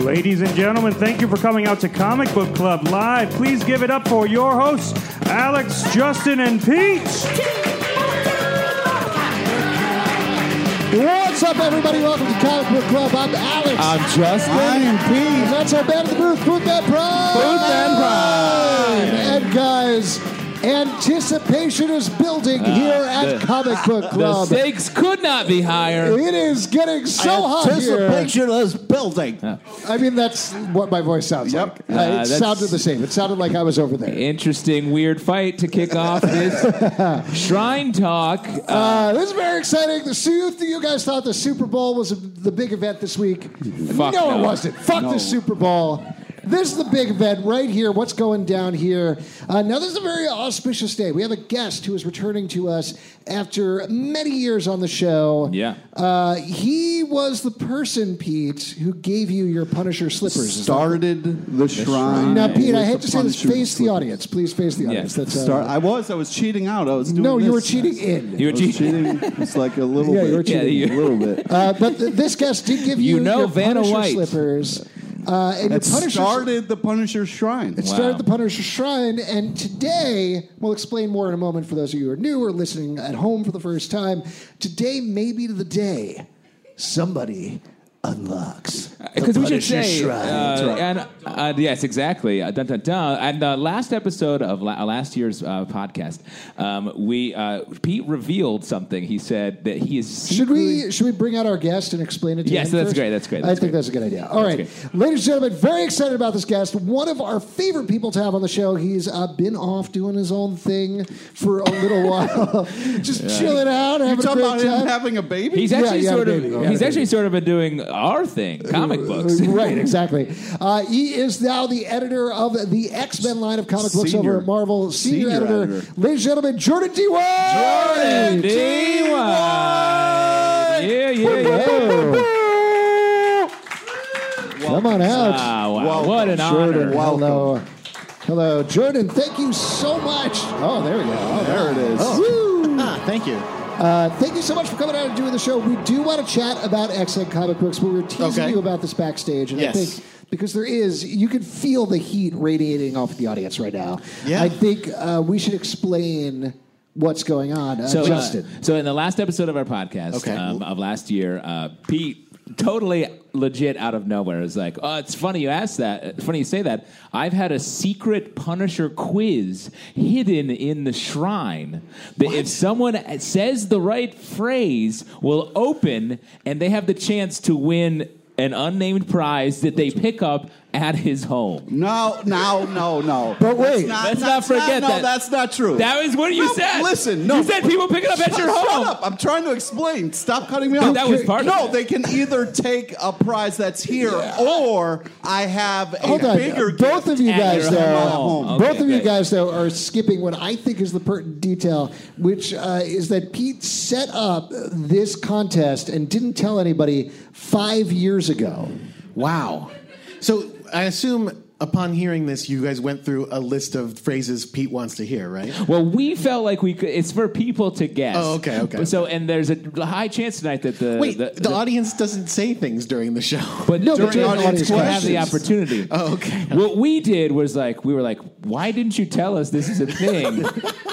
Ladies and gentlemen, thank you for coming out to Comic Book Club Live. Please give it up for your hosts, Alex, Justin, and Pete. What's up, everybody? Welcome to Comic Book Club. I'm Alex. Uh, I'm Justin. I am Pete. That's our band of the booth, Booth and Prime. Booth and Prime. And guys, anticipation is building here at Comic Book Ah. The Club. stakes could not be higher. It is getting so hot here. Anticipation is building. I mean, that's what my voice sounds Yep. like. Uh, Uh, it that's- sounded the same. It sounded like I was over there. Interesting, weird fight to kick off this shrine talk. Uh, Uh, this is very exciting. The su- you guys thought the Super Bowl was the big event this week. Fuck no, it no. wasn't. Fuck No. the Super Bowl. This is the big event right here. What's going down here? Uh, now, this is a very auspicious day. We have a guest who is returning to us after many years on the show. Yeah. Uh, he was the person, Pete, who gave you your Punisher slippers. is that Started the shrine. Now, Pete, with I hate the to say this. Punisher Face the slip. audience. Please face the audience. That's uh, Star- I was. I was cheating out. I was doing. No, you this. were cheating in. You were I was cheating. cheating. It's like a little Yeah, bit. you were cheating. Yeah, a little bit. Uh, but th- this guest did give you, You know your Vanna Punisher White. slippers. Uh, and your It Punisher started the Punisher shrine. It started the Punisher Shrine, and today we'll explain more in a moment for those of you who are new or listening at home for the first time. Today may be the day somebody unlocks Because the Uh, we should Punisher say, Shrine. uh, and uh, yes, exactly. Uh, dun, dun, dun. And uh, last episode of la- uh, last year's uh, podcast, um, we uh, Pete revealed something. He said that he is Should secretly- we should we bring out our guest and explain it to Yes, him that's first? great, that's great, I that's think great. that's a good idea. All That's right, ladies and gentlemen, very excited about this guest. One of our favorite people to have on the show. He's uh, been off doing his own thing for a little while, just chilling out, having You a talking great about time. him having a baby? He's actually yeah, sort of maybe, yeah, he's maybe. actually sort of been doing our thing, comic books. Uh, right, exactly. Uh, he is now the editor of the X Men line of comic books Senior. over at Marvel, senior, Senior editor. editor. Ladies and gentlemen, Jordan D. White! Jordan D. White. Yeah, yeah, yeah. Come on out. Ah, wow. what an honor. Hello. Hello, Jordan. Thank you so much. Oh, there we go. Oh, There it is. Woo! Ah, Thank you. Uh, thank you so much for coming out and doing the show. We do want to chat about X-Men comic books, but we were teasing Okay. you about this backstage, and Yes. I think because there is, you can feel the heat radiating off the audience right now. Yeah. I think uh, we should explain what's going on. Uh, So, uh, Justin, so in the last episode of our podcast Okay. um, of last year, uh, Pete totally legit out of nowhere is like, "Oh, it's funny you asked that. It's funny you say that. I've had a secret Punisher quiz hidden in the shrine that if someone says the right phrase, will open and they have the chance to win." An unnamed prize that they pick up at his home. No, no, no, no. But wait. Let's not forget no, that. that's not true. That was what you No, said. Listen, no. You said people pick it up at Shut- your home. Shut up. I'm trying to explain. Stop cutting me off. that was part of No, it. they can either take a prize that's here or I have a hold on. bigger Both gift of you at guys, your though, home. Okay, both of you great. guys, though, are skipping what I think is the pertinent detail, which uh, is that Pete set up this contest and didn't tell anybody five years ago. Wow. So I assume upon hearing this, you guys went through a list of phrases Pete wants to hear, right? Well, we felt like we could. It's for people to guess. Oh, okay, okay. But So, and there's a high chance tonight that the Wait, the, audience doesn't say things during the show. But no, during but during audience audience we'll have the questions. opportunity. Oh, okay. What we did was like we were like, why didn't you tell us this is a thing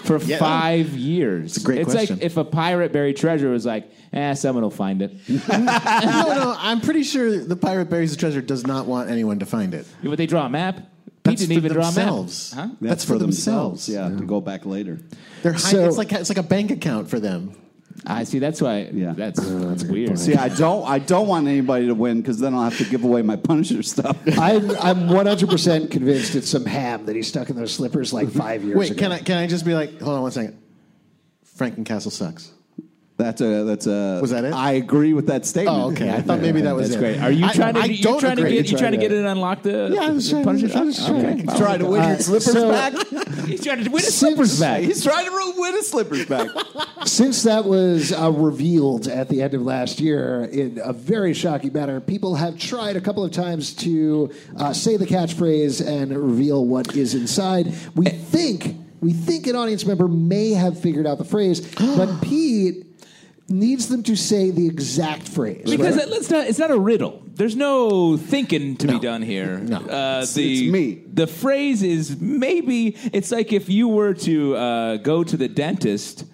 for Yeah. five years? It's a great question. like if a pirate buried treasure was like, eh, someone will find it. no, no, I'm pretty sure the pirate buries the treasure does not want anyone to find it. Would they draw a map? That's he for didn't even themselves. draw a map. That's, for, themselves. Yeah, to go back later. They're high, it's like it's like a bank account for them. I see. That's why. Yeah. That's that's weird. See, I don't, I don't want anybody to win because then I'll have to give away my Punisher stuff. I'm, I'm 100% convinced it's some ham that he stuck in those slippers like five years Wait, ago. can I can I just be like, hold on one second. Frankencastle sucks. That's a, that's a. Was that it? I agree with that statement. Oh, okay. I thought maybe that was that's it. great. Are you I- trying to? I you don't trying agree. to get? You trying to get it unlocked? The Yeah, I was trying- Punisher I was stuff? trying. Okay. He's trying to win his slippers so- back. He's trying to win his slippers back. He's trying to ru- win his slippers back. Since that was uh, revealed at the end of last year in a very shocking manner, people have tried a couple of times to uh, say the catchphrase and reveal what is inside. We think we think an audience member may have figured out the phrase, but Pete needs them to say the exact phrase. Because right? it- let's not, it's not a riddle. There's no thinking to be done here. No, uh, the, it's me. The phrase is maybe it's like if you were to uh, go to the dentist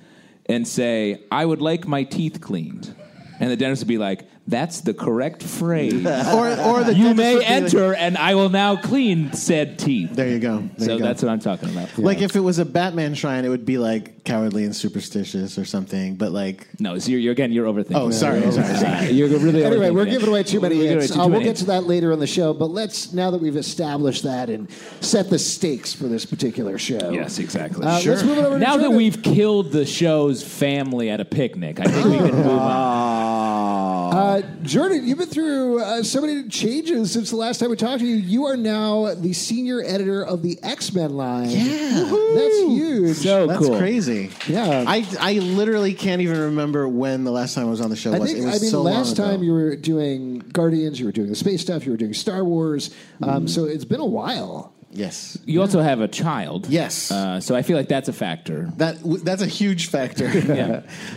and say, "I would like my teeth cleaned," and the dentist would be like, "That's the correct phrase." Or or the you dentist would may be like- enter, and I will now clean said teeth. there you go. There so you go. that's what I'm talking about. Like if it was a Batman shrine, it would be like cowardly and superstitious or something. But like, no, so you're, you're again, you're overthinking. oh, sorry, sorry, sorry. You're really Anyway, overthinking we're it. giving away too many We're giving away hints. too Uh, we'll many get to that later on the show, but let's now that we've established that and set the stakes for this particular show. Yes, exactly. Uh, Let's move it over to Now that Jordan. we've killed the show's family at a picnic, I think we can move Ah, on. Ah. Uh, Jordan, you've been through uh, so many changes since the last time we talked to you. You are now the senior editor of the X Men line. Yeah. that's huge. So That's cool. crazy. Yeah. I I literally can't even remember when the last time I was on the show I was. think it was I mean so long last time ago. you were doing Guardians, you were doing the space stuff, you were doing Star Wars. Mm-hmm. Um, So it's been a while. Yes. You also have a child. Yes. Uh, so I feel like that's a factor. That w- that's a huge factor.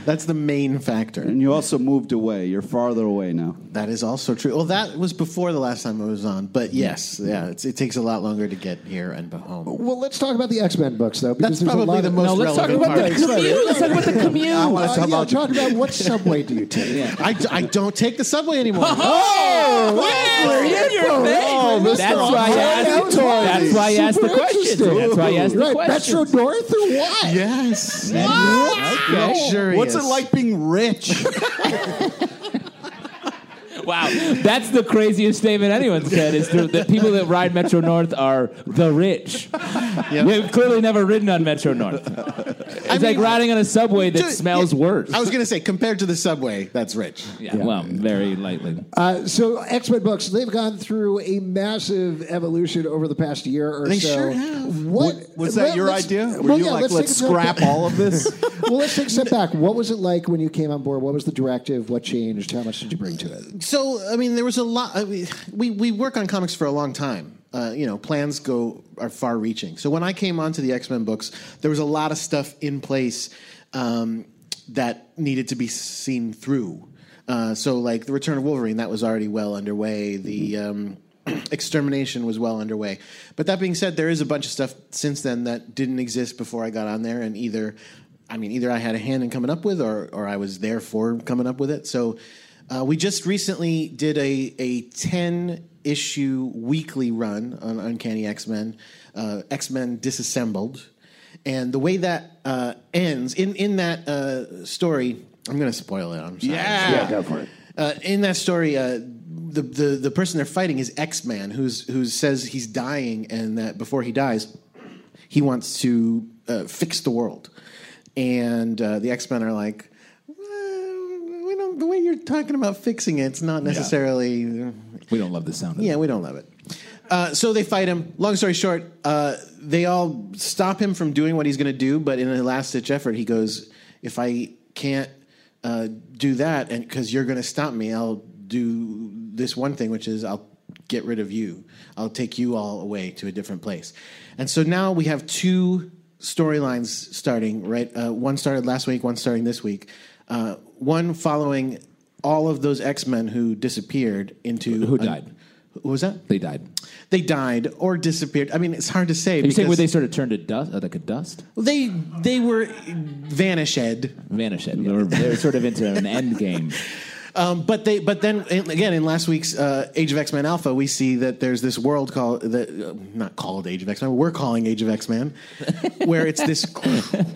that's the main factor. and you also moved away. You're farther away now. That is also true. Well, that was before the last time I was on, but yes, yeah, it's, it takes a lot longer to get here and home. Well, let's talk about the X Men books though. That's Because there's a probably lot the of- most relevant part. commute. Let's talk about the commute. I Uh, wanna talk yeah, about the- talk about what subway do you take? I, d- I don't take the subway anymore. Oh, wow. you're in your face. Oh, Mr. That's why I Hall, asked. that was That's why I asked the super question. interesting. That's why I asked the Right, question. Metro North or Uh, what? Yes. Okay. Luxurious. What's it like being rich? Wow, that's the craziest statement anyone's said. Is to- that people that ride Metro North are the rich? They've clearly never ridden on Metro North. It's like mean- riding on a subway that Dude, smells yeah, worse. I was going to say, compared to the subway, that's rich. yeah, well, very lightly. Uh, so X Men books, they've gone through a massive evolution over the past year or They so. sure have. What Was that well, your let's- idea? Were well, you yeah, like, let's, take a step scrap back. all of this? well, let's take a step back. What was it like when you came on board? What was the directive? What changed? How much did you bring to it? So, I mean, there was a lot. I mean, we we work on comics for a long time. Uh, you know, plans go are far reaching. So when I came onto the X Men books, there was a lot of stuff in place um, that needed to be seen through. Uh, so, like the Return of Wolverine, that was already well underway. The um, extermination was well underway. But that being said, there is a bunch of stuff since then that didn't exist before I got on there, and either, I mean, either I had a hand in coming up with, or or I was there for coming up with it. So. Uh, we just recently did a, a 10 issue weekly run on Uncanny X Men, uh, X Men Disassembled. And the way that uh, ends, in, in that uh, story, I'm going to spoil it. I'm sorry. Yeah. Go for it. Uh, in that story, uh, the, the, the person they're fighting is X Man, who's who says he's dying, and that before he dies, he wants to uh, fix the world. And uh, the X Men are like, well, we don't, the way you're talking about fixing it, it's not necessarily. uh, We don't love the sound of Yeah, we don't love it. Uh, so they fight him. Long story short, uh, they all stop him from doing what he's going to do, but in a last ditch effort, he goes, If I can't uh, do that, and because you're going to stop me, I'll do this one thing, which is I'll get rid of you. I'll take you all away to a different place. And so now we have two storylines starting, right? Uh, one started last week, one starting this week. Uh, one following all of those X Men who disappeared into. Who died. What was that? They died. They died or disappeared. I mean, it's hard to say. You say where because they sort of turned to dust, uh, like a dust, they they were vanished. vanished. They were, they were sort of into an end game. But they, but then and again, in last week's uh, Age of X Men Alpha, we see that there's this world called that uh, not called Age of X Men. We're calling Age of X Men, where it's this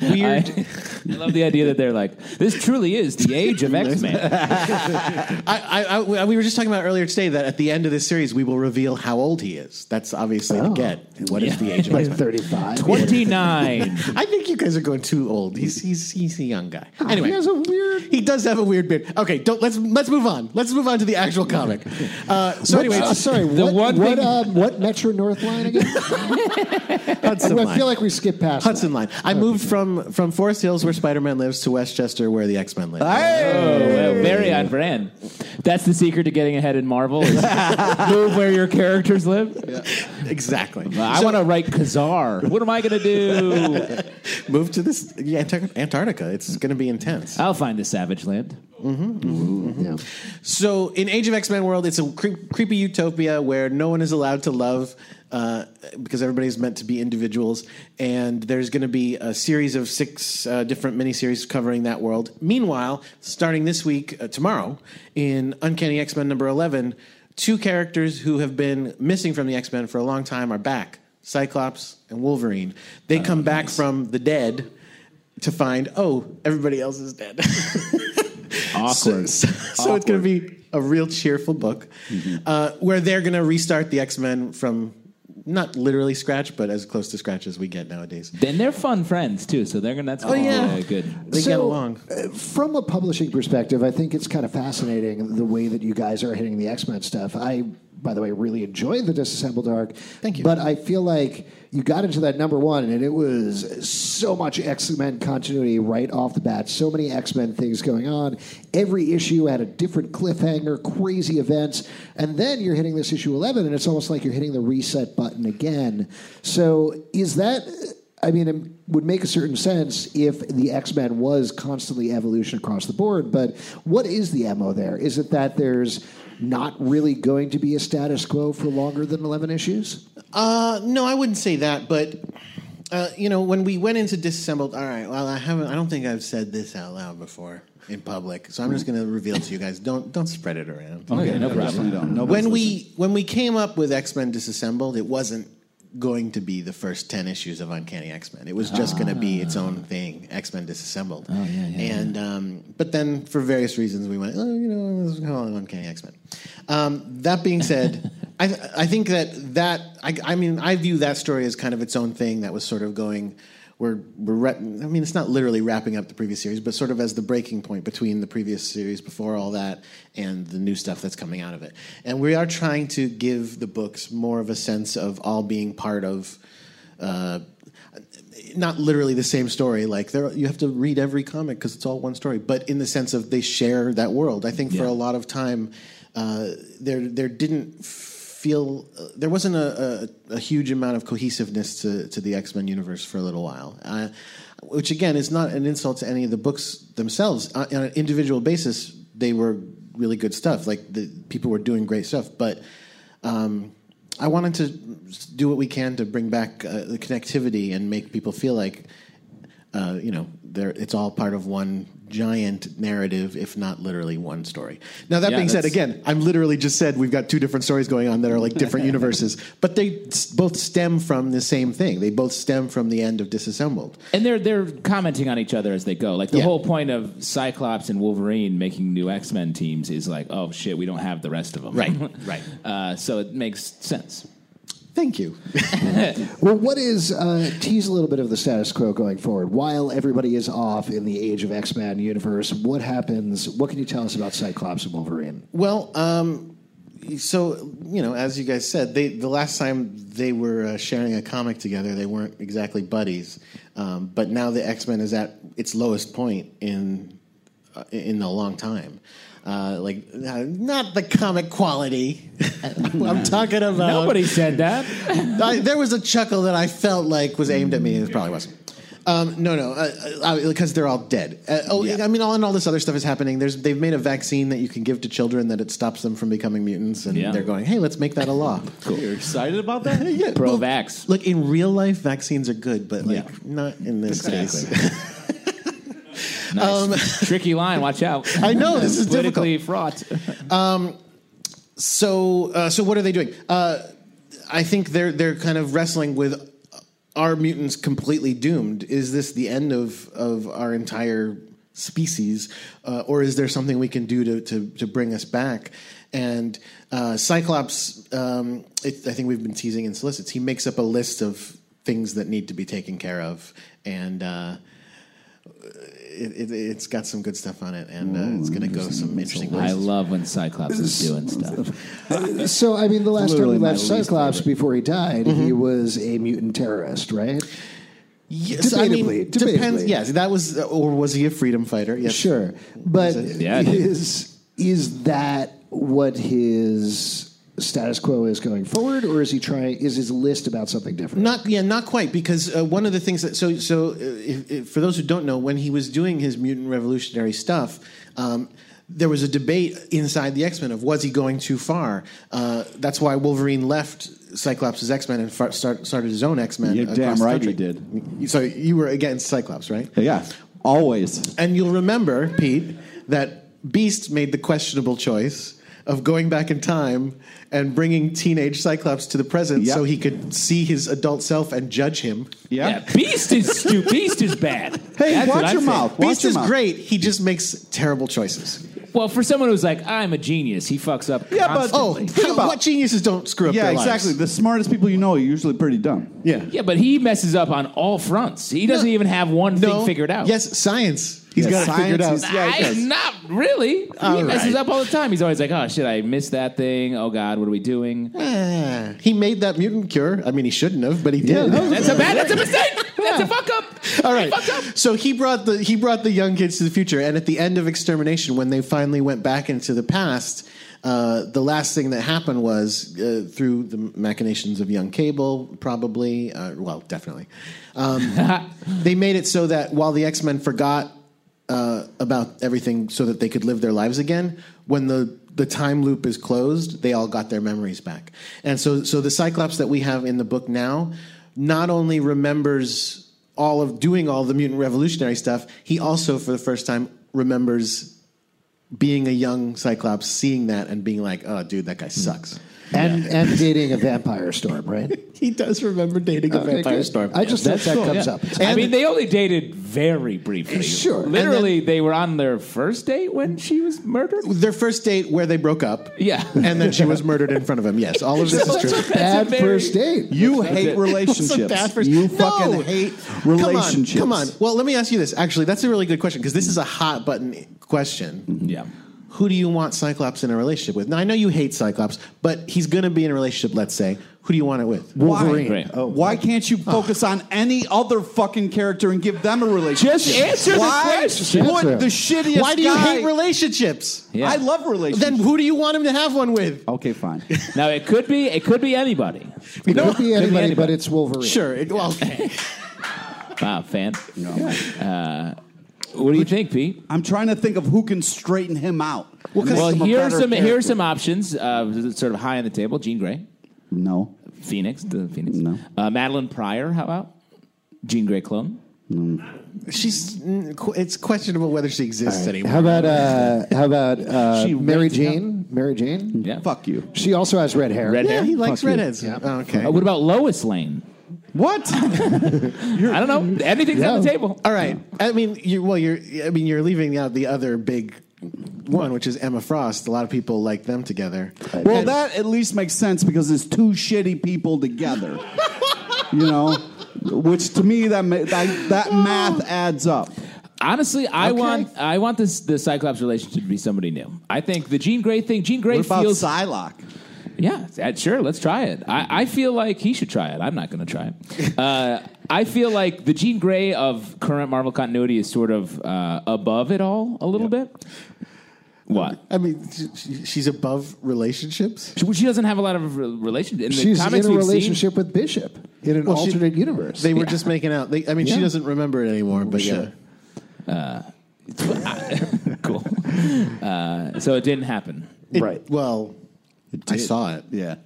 weird. I, I love the idea that they're like, this truly is the age of X Men. I, I, I- we were just talking about earlier today that at the end of this series, we will reveal how old he is. That's obviously the get. What is the Age of Like X Men? 35. Twenty nine. I think you guys are going too old. He's he's he's a young guy. anyway, he has a weird- He does have a weird beard. Okay, don't let's let's move on. Let's move on to the actual comic. Uh, so anyway, uh, sorry, the what, one what, thing- uh, um, what Metro North line again? Hudson I Line. feel like we skipped past that. Hudson Line. I moved from from Forest Hills, where Spider Man lives, to Westchester, where the X Men Uh, live. Oh, Well, very on brand. That's the secret to getting ahead in Marvel. Is move where your characters live. Exactly. I want to write Kazar. What am I going to do? to move to this yeah, Antar- Antarctica. It's going to be intense. I'll find the Savage Land. So in Age of X Men world, it's a creep, creepy utopia where no one is allowed to love uh, because everybody's meant to be individuals. And there's going to be a series of six uh, different miniseries covering that world. Meanwhile, starting this week, uh, tomorrow, in Uncanny X Men number eleven, two characters who have been missing from the X Men for a long time are back: Cyclops and Wolverine. They come back from the dead to find oh everybody else is dead. Awkward. So, so- so it's going to be a real cheerful book uh, where they're going to restart the X Men from not literally scratch, but as close to scratch as we get nowadays. Then they're fun friends too, so they're gonna. That's oh, yeah. good. They get along. uh, From a publishing perspective, I think it's kind of fascinating the way that you guys are hitting the X Men stuff. I, by the way, really enjoy the Disassembled arc. Thank you. But I feel like you got into that number one, and it was so much X Men continuity right off the bat. So many X Men things going on. Every issue had a different cliffhanger, crazy events, and then you're hitting this issue eleven, and it's almost like you're hitting the reset button again. So is that? I mean, it would make a certain sense if the X Men was constantly evolution across the board. But what is the mo there? Is it that there's not really going to be a status quo for longer than eleven issues? Uh, no, I wouldn't say that, but uh, you know, when we went into disassembled, all right. Well, I haven't. I don't think I've said this out loud before in public, so I'm just going to reveal it to you guys. Don't don't spread it around. Okay, no problem. Definitely don't. Nobody's when we when we came up with X Men Disassembled, it wasn't going to be the first ten issues of Uncanny X Men. It was just going to be its own thing, X Men Disassembled. Ah. Oh yeah, yeah. And um, but then for various reasons, we went, oh, you know, let's call it Uncanny X Men. Um, that being said. I, th- I think that that I, I mean I view that story as kind of its own thing that was sort of going we're, we're re- I mean, it's not literally wrapping up the previous series, but sort of as the breaking point between the previous series before all that and the new stuff that's coming out of it. And we are trying to give the books more of a sense of all being part of. Uh, not literally the same story. Like there, you have to read every comic because it's all one story. But in the sense of they share that world. I think for a lot of time, uh, there there didn't feel uh, there wasn't a, a, a huge amount of cohesiveness to to the X Men universe for a little while. Uh, which again is not an insult to any of the books themselves. Uh, on an individual basis, they were really good stuff. Like the people were doing great stuff, but. Um, I wanted to do what we can to bring back uh, the connectivity and make people feel like, uh, you know, they're, it's all part of one giant narrative, if not literally one story. Now that Yeah, being said, that's- again, I'm literally just said we've got two different stories going on that are like different universes, but they s- both stem from the same thing. They both stem from the end of Disassembled. And they're they're commenting on each other as they go. Like the Yeah. whole point of Cyclops and Wolverine making new X Men teams is like, oh shit, we don't have the rest of them. Right, right. Uh, so it makes sense. Thank you. Well, what is uh, tease a little bit of the status quo going forward? While everybody is off in the Age of X Men universe, what happens? What can you tell us about Cyclops and Wolverine? Well, um, so you know, as you guys said, they the last time they were uh, sharing a comic together, they weren't exactly buddies. Um, but now the X Men is at its lowest point in uh, in a long time. Uh, like uh, not the comic quality. I'm talking uh, about. Nobody said that. I, there was a chuckle that I felt like was aimed at me. It probably wasn't. Um, no, no, because uh, uh, 'cause they're all dead. Uh, oh, I mean, all and all this other stuff is happening. There's they've made a vaccine that you can give to children that it stops them from becoming mutants, and Yeah. they're going, hey, let's make that a law. You're excited about that? Yeah, well, Pro-vax. Look, in real life, vaccines are good, but like Yeah. not in this Exactly. case. Tricky line. Watch out. Um, I know this is difficult. politically fraught. So, uh, so what are they doing? Uh, I think they're they're kind of wrestling with are mutants completely doomed? Is this the end of of our entire species, uh, or is there something we can do to to, to bring us back? And uh, Cyclops, um, it, I think we've been teasing in solicits. He makes up a list of things that need to be taken care of, and. Uh, it, it, it's got some good stuff on it, and uh, it's going to go some interesting I places. love when Cyclops is doing stuff. So, I mean, the last time we Literally my left least Cyclops before he died, he Mm-hmm. was a mutant terrorist, right? Yes, Debatably, depends. debatably. Yes, that was, uh, or was he a freedom fighter? Yes, Sure, but Yeah, it is is that what his status quo is going forward, or is he trying? Is his list about something different? Not yeah, not quite because uh, one of the things that so so uh, if, if, for those who don't know, when he was doing his mutant revolutionary stuff. Um, there was a debate inside the X Men of was he going too far? Uh, that's why Wolverine left Cyclops' X Men and far, start, started his own X Men. You're damn right he did. So you were against Cyclops, right? Yeah, always. And you'll remember, Pete, that Beast made the questionable choice of going back in time and bringing teenage Cyclops to the present Yep. so he could see his adult self and judge him. Yeah, Beast is stupid. Beast is bad. Hey, That's what watch I your say. mouth. Watch Beast your is mouth. great. He just makes terrible choices. Well, for someone who's like, I'm a genius, he fucks up. Yeah, but- Oh, constantly. how- about- what geniuses don't screw up Yeah, their exactly. lives? The smartest people you know are usually pretty dumb. Yeah. yeah, but he messes up on all fronts. He doesn't No. even have one No. thing figured out. Yes, science. He's Yeah, got it figured out. science is- yeah, he I, does. not really. he All messes right. up all the time. He's always like, "Oh shit, I missed that thing. Oh god, what are we doing?" Ah, he made that mutant cure. I mean, he shouldn't have, but he did. That's a bad. That's a mistake. That's a fuck up. All right. I fucked up. So he brought the he brought the young kids to the future, and at the end of Extermination, when they finally went back into the past, uh, the last thing that happened was uh, through the machinations of young Cable, probably, uh, well, definitely, um, they made it so that while the X Men forgot uh, about everything, so that they could live their lives again, when the the time loop is closed, they all got their memories back, and so so the Cyclops that we have in the book now not only remembers all of doing all the mutant revolutionary stuff, he also, for the first time, remembers being a young Cyclops, seeing that, and being like, "Oh, dude, that guy sucks." And and dating a vampire storm, right? He does remember dating a Okay, good. I just hope that comes up. I mean, they only dated very briefly. Sure. And Literally, they were on their first date when she was murdered. Their first date where they broke up, Yeah. and then she was murdered in front of him. Yes, all of this is true. Bad very- first date. You hate It's a relationships. bad first- you No! fucking hate relationships. Come on, come on. Well, let me ask you this. Actually, that's a really good question because this is a hot button question. Yeah. Who do you want Cyclops in a relationship with? Now, I know you hate Cyclops, but he's going to be in a relationship, let's say. Who do you want it with? Wolverine. Right. Oh, Why can't you focus on any other fucking character and give them a relationship? Just answer the Why question. Put Answer. the shittiest Why do you guy- hate relationships? Yeah. I love relationships. Then who do you want him to have one with? okay, fine. Now it could be. It could be anybody. It could be anybody, anybody. but it's Oh, Wolverine. Sure. it- well, okay. Wow, fan. Uh, what do you think, Pete? I'm trying to think of who can straighten him out. Well, 'cause- Well, Make him a here are better some here are character. some options. Uh, sort of high on the table. Jean Grey, No. Phoenix, the Phoenix. No. Uh, Madeline Pryor. How about Jean Grey clone? she's. mm, qu- It's questionable whether she exists anymore. How about uh, how about uh, She Mary rates him. Jane? Mary Jane. Yeah. Fuck you. She also has red hair. Red Yeah, hair. he likes Fuck you. redheads. Yeah. Oh, Okay. Uh, what about Lois Lane? What? I don't know. Anything's on the Yeah. table. All right. I mean, you well, you're. I mean, you're leaving out the other big one, which is Emma Frost. A lot of people like them together. well, that at least makes sense because it's two shitty people together. you know, which to me that ma- that, that math adds up. Honestly, I Okay. want I want this the Cyclops relationship to be somebody new. I think the Jean Grey thing. Jean Grey What about feels Psylocke? Yeah, that- sure. Let's try it. I, I feel like he should try it. I'm not going to try it. Uh, I feel like the Jean Grey of current Marvel continuity is sort of uh, above it all a little bit. What? I mean, she- she, she's above relationships. She, she doesn't have a lot of re- relationship. In the She's in comics a we've seen- relationship with Bishop in an Well, she- alternate universe. They were just making out. They, I mean, Yeah. she doesn't remember it anymore. But yeah, Sure. cool. Uh, so it didn't happen. right. well, I saw it. Yeah,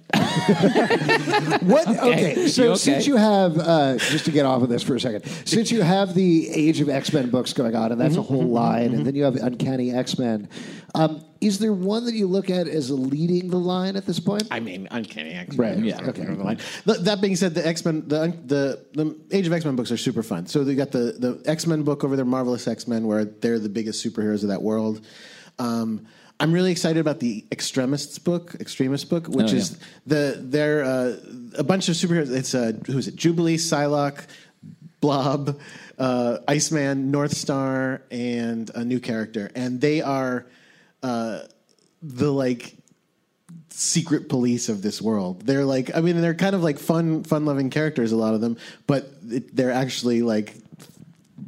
What? Okay. So You okay? since you have, uh, just to get off of this for a second, since you have the Age of X Men books going on, and that's Mm-hmm, a whole line, and then you have Uncanny X Men, um, is there one that you look at as leading the line at this point? I mean, Uncanny X Right, Men. yeah, okay. that being said, the X Men, the, the the Age of X Men books are super fun. So they got the the X Men book over there, Marvelous X Men, where they're the biggest superheroes of that world. Um, I'm really excited about the Extremists book, Extremist book, which Oh, is the they're uh, a bunch of superheroes. It's uh, who is it? Jubilee, Psylocke, Blob, uh, Iceman, North Star, and a new character, and they are uh, the like secret police of this world. They're like, I mean, they're kind of like fun, fun loving characters, a lot of them, but it- they're actually like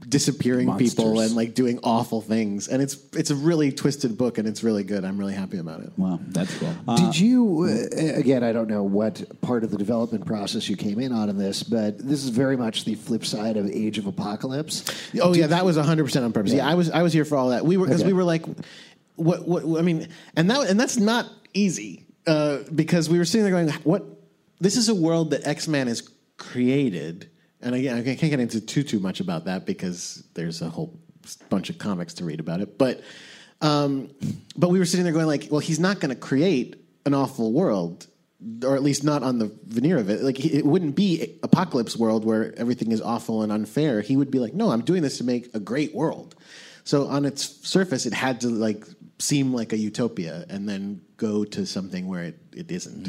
disappearing people and like doing awful things. And it's it's a really twisted book, and it's really good. I'm really happy about it. Wow. That's cool. Did you, uh, again, I don't know what part of the development process you came in on in this, but this is very much the flip side of Age of Apocalypse. Oh yeah, that was 100 percent on purpose. Yeah. I was I was here for all that. We were because Okay. we were like, what what I mean, and that and that's not easy uh, because we were sitting there going, what? This is a world that X Man has created, and again, I can't get into too too much about that because there's a whole bunch of comics to read about it, but. Um, but we were sitting there going like, well, he's not going to create an awful world, or at least not on the veneer of it. Like he- it wouldn't be apocalypse world where everything is awful and unfair. He would be like, no, I'm doing this to make a great world. So on its surface, it had to like seem like a utopia, and then go to something where it, it isn't.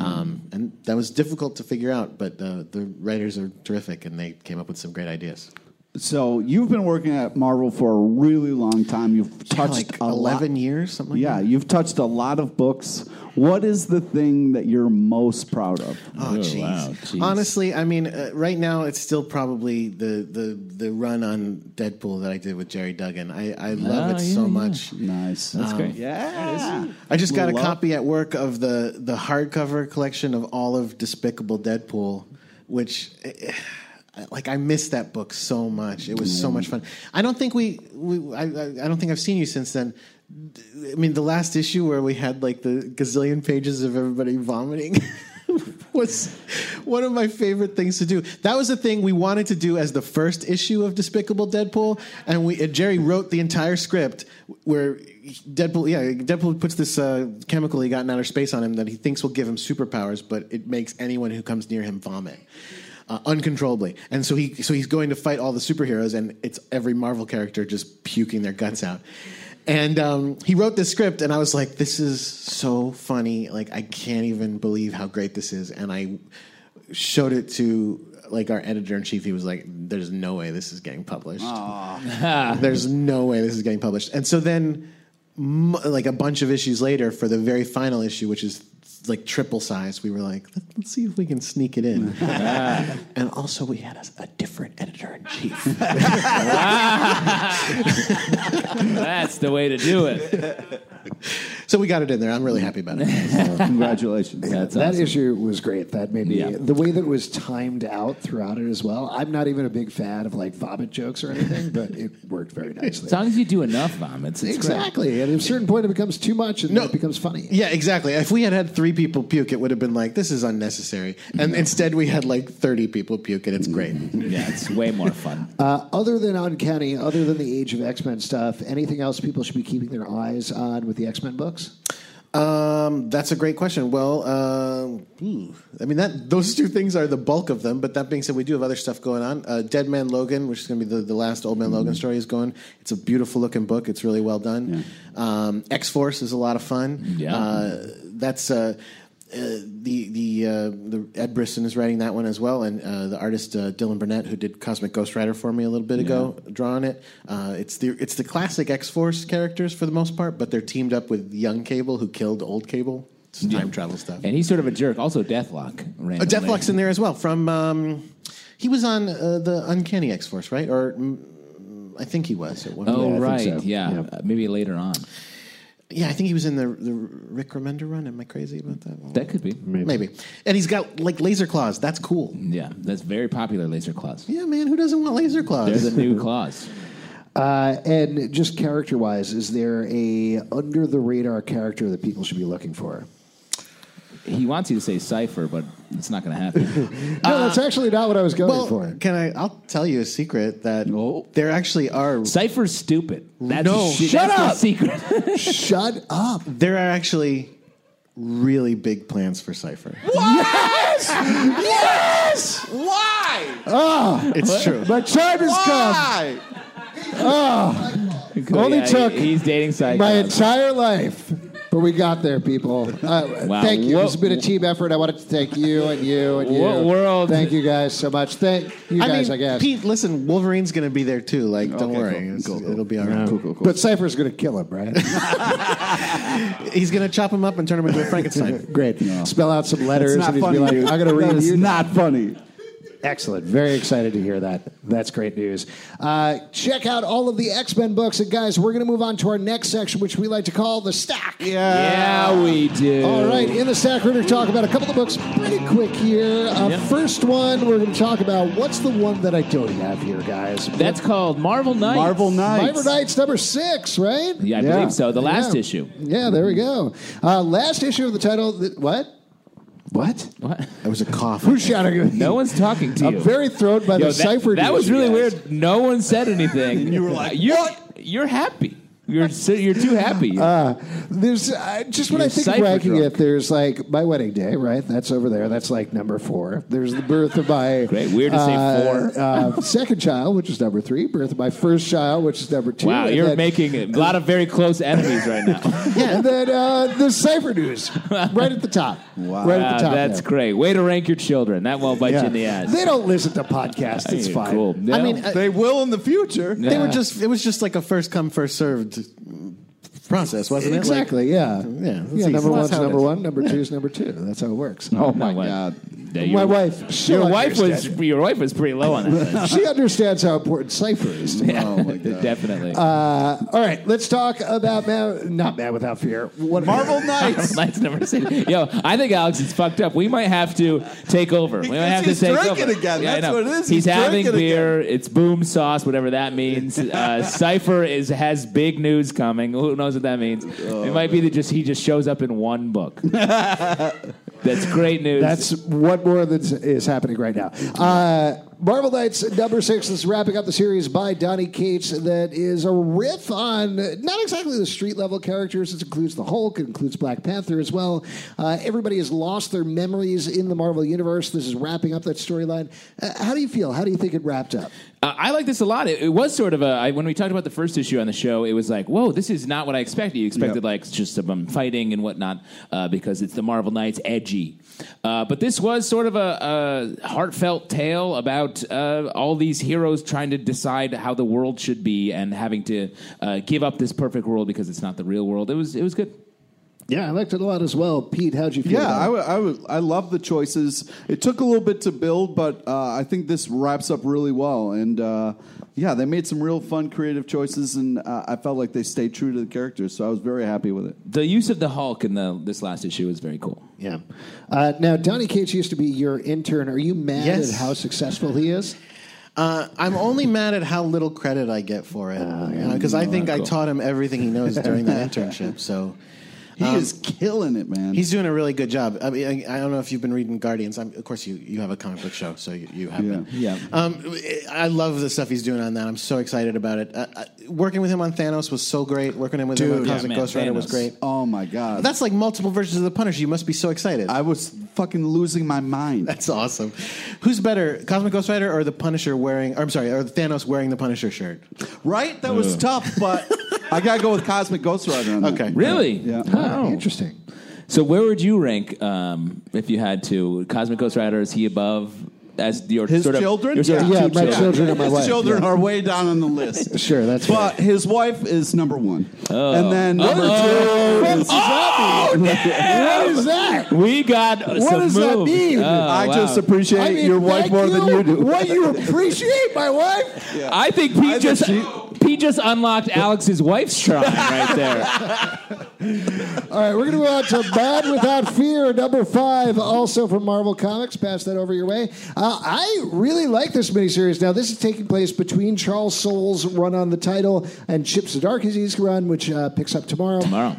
Um, and that was difficult to figure out, but uh, the writers are terrific, and they came up with some great ideas. So you've been working at Marvel for a really long time. You've touched like a lot- 11 years, something like yeah, that? you've touched a lot of books. What is the thing that you're most proud of? Oh, jeez. Honestly, I mean, uh, right now it's still probably the, the the run on Deadpool that I did with Jerry Duggan. I, I love Ah, it yeah, so yeah. much. Um, Nice. That's great. Yeah. I just got a Love- copy at work of the the hardcover collection of all of Despicable Deadpool, which eh, eh, like I miss that book so much. It was so much fun. I don't think we, we I, I I don't think I've seen you since then. D- I mean, the last issue where we had like the gazillion pages of everybody vomiting. was one of my favorite things to do. That was the thing we wanted to do as the first issue of Despicable Deadpool, and we and Jerry wrote the entire script where Deadpool, yeah, Deadpool puts this uh, chemical he got in outer space on him that he thinks will give him superpowers, but it makes anyone who comes near him vomit. Uh, uncontrollably, and so he so he's going to fight all the superheroes, and it's every Marvel character just puking their guts out. And um, he wrote this script, and I was like, "This is so funny! Like, I can't even believe how great this is." And I showed it to like our editor in chief. He was like, "There's no way this is getting published. There's no way this is getting published." And so then, m- like a bunch of issues later, for the very final issue, which is like triple size, we were like, "Let- "Let's see if we can sneak it in." and also, we had a, a different editor in chief. That's the way to do it. so we got it in there. I'm really happy about it. Congratulations. That's that issue was great. That made me Yeah. the way that it was timed out throughout it as well. I'm not even a big fan of like vomit jokes or anything, but it worked very nicely. As long as you do enough vomits, it's great. Exactly. At a certain point, it becomes too much, and No. then it becomes funny. Yeah, exactly. If we had had three people puke, it would have been like, this is unnecessary. And instead, we had like 30 people puke, and it's great. Yeah, it's way more fun. Um, Uh, other than Uncanny, other than the Age of X Men stuff, anything else people should be keeping their eyes on with the X Men books? Um, that's a great question. Well, um, hmm. I mean, that those two things are the bulk of them. But that being said, we do have other stuff going on. Uh, Dead Man Logan, which is going to be the, the last Old Man Mm-hmm. Logan story, is going. It's a beautiful looking book. It's really well done. Um, X Force is a lot of Mm-hmm. fun. Yeah. Uh, that's. Uh, uh, the the uh, the Ed Brisson is writing that one as well, and uh, the artist uh, Dylan Burnett, who did Cosmic Ghost Rider for me a little bit ago, drawing it. Uh, it's the it's the classic X Force characters for the most part, but they're teamed up with young Cable, who killed old Cable. It's time travel stuff. And he's sort of a jerk. Also, Deathlock. Oh, Uh, Randomly. Deathlock's in there as well. From um, he was on uh, the Uncanny X Force, right? Or mm, I think he was. At one Oh, point. right. Yeah. Uh, maybe later on. Yeah, I think he was in the the Rick Remender run. Am I crazy about that? one? That could be. Maybe. Maybe. And he's got like laser claws. That's cool. Yeah. That's very popular, laser claws. Yeah, man. Who doesn't want laser claws? They're the new claws. Uh, and just character wise, is there a under the radar character that people should be looking for? He wants you to say cipher, but it's not going to happen. No, that's actually not what I was going Uh, well, for. Oh. can I? I'll tell you a secret that there actually are Cypher's stupid. That's No. the shit- Shut that's the up! secret. Shut up. there are actually really big plans for Cipher. Yes! yes! Oh. Why? It's true. My time has come. Why? Only Oh, Yeah, he- took he's dating Cypher. my entire life. But we got there, people. Uh, Wow. Thank you. What- This has been a team effort. I wanted to thank you and you and you. What world- Thank you guys so much. Thank you I guys, mean, I guess. Pete, listen, Wolverine's going to be there too. Like, don't Okay, worry, cool, It's- cool, cool. it'll be all right. But Cypher's going to kill him, right? He's going to chop him up and turn him into a Frankenstein. Great. Spell out some letters It's not and he's be funny. like, I'm going to read That is you. not funny. Excellent. Very excited to hear that. That's great news. Uh, check out all of the X Men books. And guys, we're going to move on to our next section, which we like to call the stack. yeah, we do. All right, in the stack, we're going to talk about a couple of books pretty quick here. Uh, First one, we're going to talk about what's the one that I don't have here, guys? That's called Marvel Knights. Marvel Fiber Knights. Knights number six, right? Yeah, I believe so. The last Yeah. issue. Yeah, there we go. Uh, last issue of the title. That, what? What? What? That was a cough. Who's shouting? at me? No one's talking to you. I'm very thrown by Yo, the that, cipher. that news, was you really guys. weird. No one said anything. you were like, "You're you're happy. You're so, you're too happy." Ah. There's uh, just when You're I think of cipher ranking drunk. it, there's like my wedding day, right? That's over there. That's like number four. There's the birth of my Great. Weird to say four. uh, second child, which is number three. Birth of my first child, which is number two. wow, and you're then- making a lot of very close enemies right now. and then uh, the cipher news right at the top. Wow, right at the Wow, top. Ah, that's there. great. Way to rank your children. That won't bite you in the ass. They don't listen to podcasts. It's Hey, fine. cool. I No. mean, uh, They will in the future. They were just. It was just like a first come first served process, wasn't it? Like, exactly. yeah. yeah, that's Yeah. easy. Number That's one's how it number is. one. Number two is number two. That's how it works. oh my god. My wife. she'll Your wife was understand. your wife was pretty low on that. thing. She understands how important cipher is. to me. oh my god. Definitely. Uh, All right, let's talk about man, not man without fear. What Oh, Marvel Knights. Lance never said. Yo, I think Alex is fucked up. We might have to take over. We might have Because to he's take drinking over. again. I That's know. what it is. He's, He's having drinking beer. It's boom sauce, whatever that means. Uh, Cipher is has big news coming. Who knows what that means? it might be that just he just shows up in one book. That's great news. That's what more than is happening right now. Uh, Marvel Knights number six is wrapping up the series by Donnie Cates. That is a riff on not exactly the street level characters. It includes the Hulk, it includes Black Panther as well. Uh, everybody has lost their memories in the Marvel universe. This is wrapping up that storyline. Uh, how do you feel? How do you think it wrapped up? Uh, I like this a lot. It, it was sort of a I, when we talked about the first issue on the show, it was like, whoa, this is not what I expected. You expected like just some um, fighting and whatnot uh, because it's the Marvel Knights, edgy. Uh, but this was sort of a, a heartfelt tale about uh, all these heroes trying to decide how the world should be and having to uh, give up this perfect world because it's not the real world. It was it was good. Yeah, I liked it a lot as well. Pete, how'd you feel? Yeah, about I it? would- I would- I love the choices. It took a little bit to build, but uh, I think this wraps up really well. And uh, yeah, they made some real fun, creative choices, and uh, I felt like they stayed true to the characters. So I was very happy with it. The use of the Hulk in the this last issue was very cool. Yeah. Uh, now, Donnie Cates used to be your intern. Are you mad Yes. at how successful he is? Uh, I'm only mad at how little credit I get for it because I think I taught him everything he knows during that internship. So um, He is killing it, man. He's doing a really good job. I mean, I, I don't know if you've been reading Guardians. I'm, of course, you, you have a comic book show, so you, you have been. Yeah. Um, I love the stuff he's doing on that. I'm so excited about it. Uh, I, working with him on Thanos was so great. Working him with him on Dude. Yeah, Cosmic man, Ghost Rider was Thanos. great. oh my god, That's like multiple versions of the Punisher. You must be so excited. I was fucking losing my mind. That's awesome. Who's better, Cosmic Ghost Rider or the Punisher wearing? Or, I'm sorry, or the Thanos wearing the Punisher shirt? Right? That was tough, but I gotta go with Cosmic Ghost Rider. On that. Okay. Really? Yeah. Wow. Interesting. So where would you rank um, if you had to? Cosmic Ghost Rider is he above as your His sort of- children? your sort of Yeah, two my children and my His wife, children yeah. are way down on the list. Sure, that's Oh. But his wife is number one. And then number two is. What is that? We got Oh, What does that mean? I just appreciate I mean, your wife thank more than you do. What you appreciate, my wife? I think Pete I think just she- Pete just unlocked Alex's wife's shrine right there. All right, we're going to go out to Bad Without Fear, number five, also from Marvel Comics. Pass that over your way. Uh, I really like this miniseries. Now, this is taking place between Charles Soule's run on the title and Chip Zdarsky's run, which uh, picks up tomorrow. Tomorrow.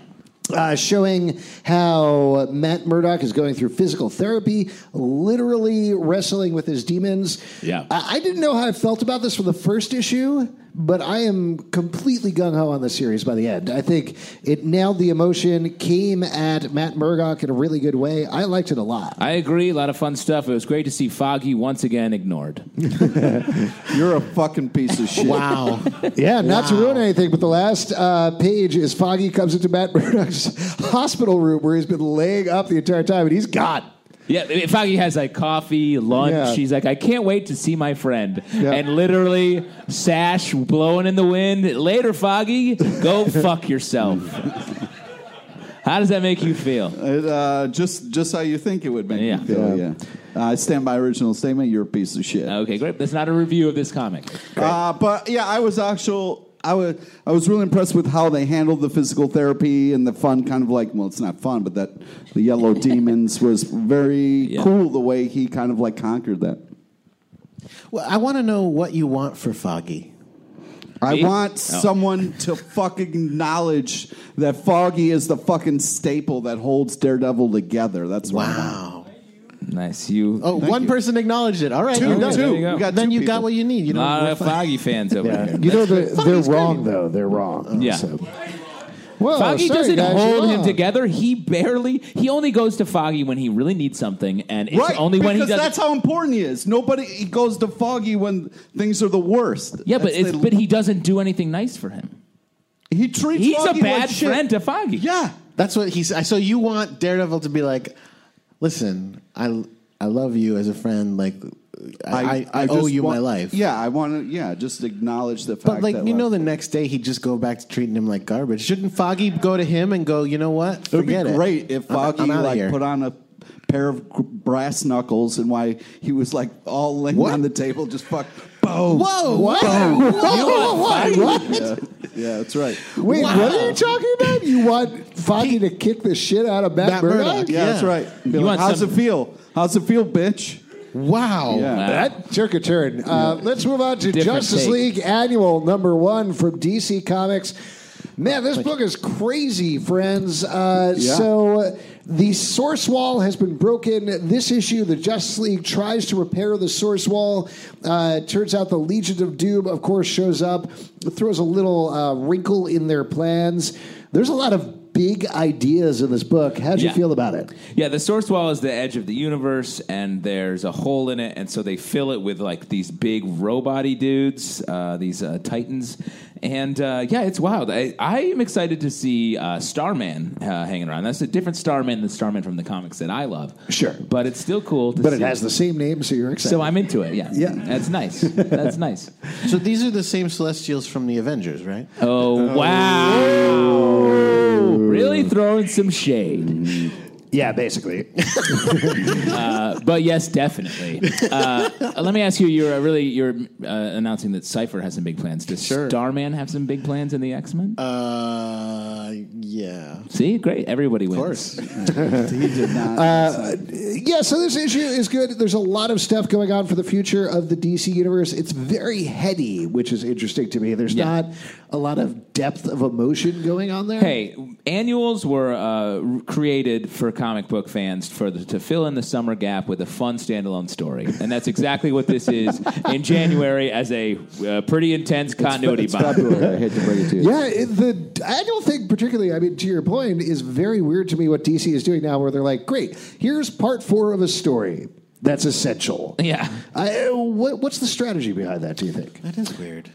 uh, showing how Matt Murdock is going through physical therapy, literally wrestling with his demons. Yeah. I, I didn't know how I felt about this for the first issue, but I am completely gung ho on the series by the end. I think it nailed the emotion, came at Matt Murdock in a really good way. I liked it a lot. I agree. A lot of fun stuff. It was great to see Foggy once again ignored. You're a fucking piece of shit. Wow. Yeah, not to ruin anything, but the last uh, page is Foggy comes into Matt Murdock's hospital room where he's been laying up the entire time, and he's gone. Yeah, I mean, Foggy has like coffee, lunch. Yeah. He's like, I can't wait to see my friend. Yeah. And literally, sash blowing in the wind. Later, Foggy, go fuck yourself. How does that make you feel? It, uh, just just how you think it would make Yeah. me feel. Yeah. I stand by original statement. You're a piece of shit. Okay, great. That's not a review of this comic. Uh, but yeah, I was actual. I was I was really impressed with how they handled the physical therapy and the fun kind of like well it's not fun but that the yellow demons was very Yeah. cool the way he kind of like conquered that. well, I want to know what you want for Foggy. I Me? want Oh. someone to fucking acknowledge that Foggy is the fucking staple that holds Daredevil together. That's what I want. Wow. Nice. You. Oh, one person acknowledged it. All right. Two, you're done. two. We got then two you got people. what you need. You a know, lot we're of fine. Foggy fans over here. You know, they're, they're wrong, though. They're wrong. Yeah. So- Whoa, Foggy sorry, doesn't guys, hold you're him wrong. together. He barely. He only goes to Foggy when he really needs something, and it's right, only because when he does. that's how important he is. Nobody he goes to Foggy when things are the worst. yeah, but That's it's, the- but he doesn't do anything nice for him. he treats He's Foggy a bad like shit. friend to Foggy. Yeah, That's what he's. So you want Daredevil to be like, listen, I Oh, I love you as a friend. Like, I, I, I, owe just you want- my life. Yeah, I want to. Yeah, just acknowledge the fact. But like that you know, the life- next day he'd just go back to treating him like garbage. Shouldn't Foggy go to him and go? You know what? it would be Forget it. great if I'm- Foggy I'm outta like here." put on a pair of gr- brass knuckles and why he was like all laying What? on the table, just fuck. Boom. Whoa! What? Whoa, what? What? Yeah. yeah, that's right. Wait, what are you talking about? You want Foggy to kick the shit out of Matt, Matt Murdock? Murdock, Yeah, Yeah. that's right. Be You like, want How's some- it feel? How's it feel, bitch? Wow! Yeah. That took a turn. Uh, let's move on to Different Justice take. League Annual Number One from DC Comics. Man, this book is crazy, friends. Uh, Yeah. So uh, the source wall has been broken. This issue, the Justice League tries to repair the source wall. Uh, turns out the Legion of Doom, of course, shows up, throws a little uh, wrinkle in their plans. There's a lot of big ideas in this book. How'd you Yeah. feel about it? Yeah, the source wall is the edge of the universe, and there's a hole in it, and so they fill it with like these big robot-y dudes, uh, these uh, titans, and uh, yeah, it's wild. I, I am excited to see uh, Starman uh, hanging around. That's a different Starman than Starman from the comics that I love. Sure. but it's still cool. To But it see. has the same name, so you're excited. So I'm into it. Yeah, yeah, that's nice. That's nice. So these are the same Celestials from the Avengers, right? Oh wow! Really throwing some shade. Uh, yeah, basically. But yes, definitely. Uh, let me ask you: You're uh, really you're uh, announcing that Cipher has some big plans. Does Starman have some big plans in the X Men? Uh, yeah. See, great. Everybody wins. Of course. He did not. Yeah, so this issue is good. There's a lot of stuff going on for the future of the DC universe. It's very heady, which is interesting to me. There's Yeah. not a lot of depth of emotion going on there. Hey, annuals were uh, created for comic book fans for the, to fill in the summer gap with a fun standalone story, and that's exactly what this is in January as a uh, pretty intense continuity it's bomb. February. I hate to break it to you. Yeah, it, the annual thing, particularly, I mean, to your point, is very weird to me what DC is doing now, where they're like, great, here's part four of a story that's essential. Yeah, I, what, what's the strategy behind that, do you think? That is weird.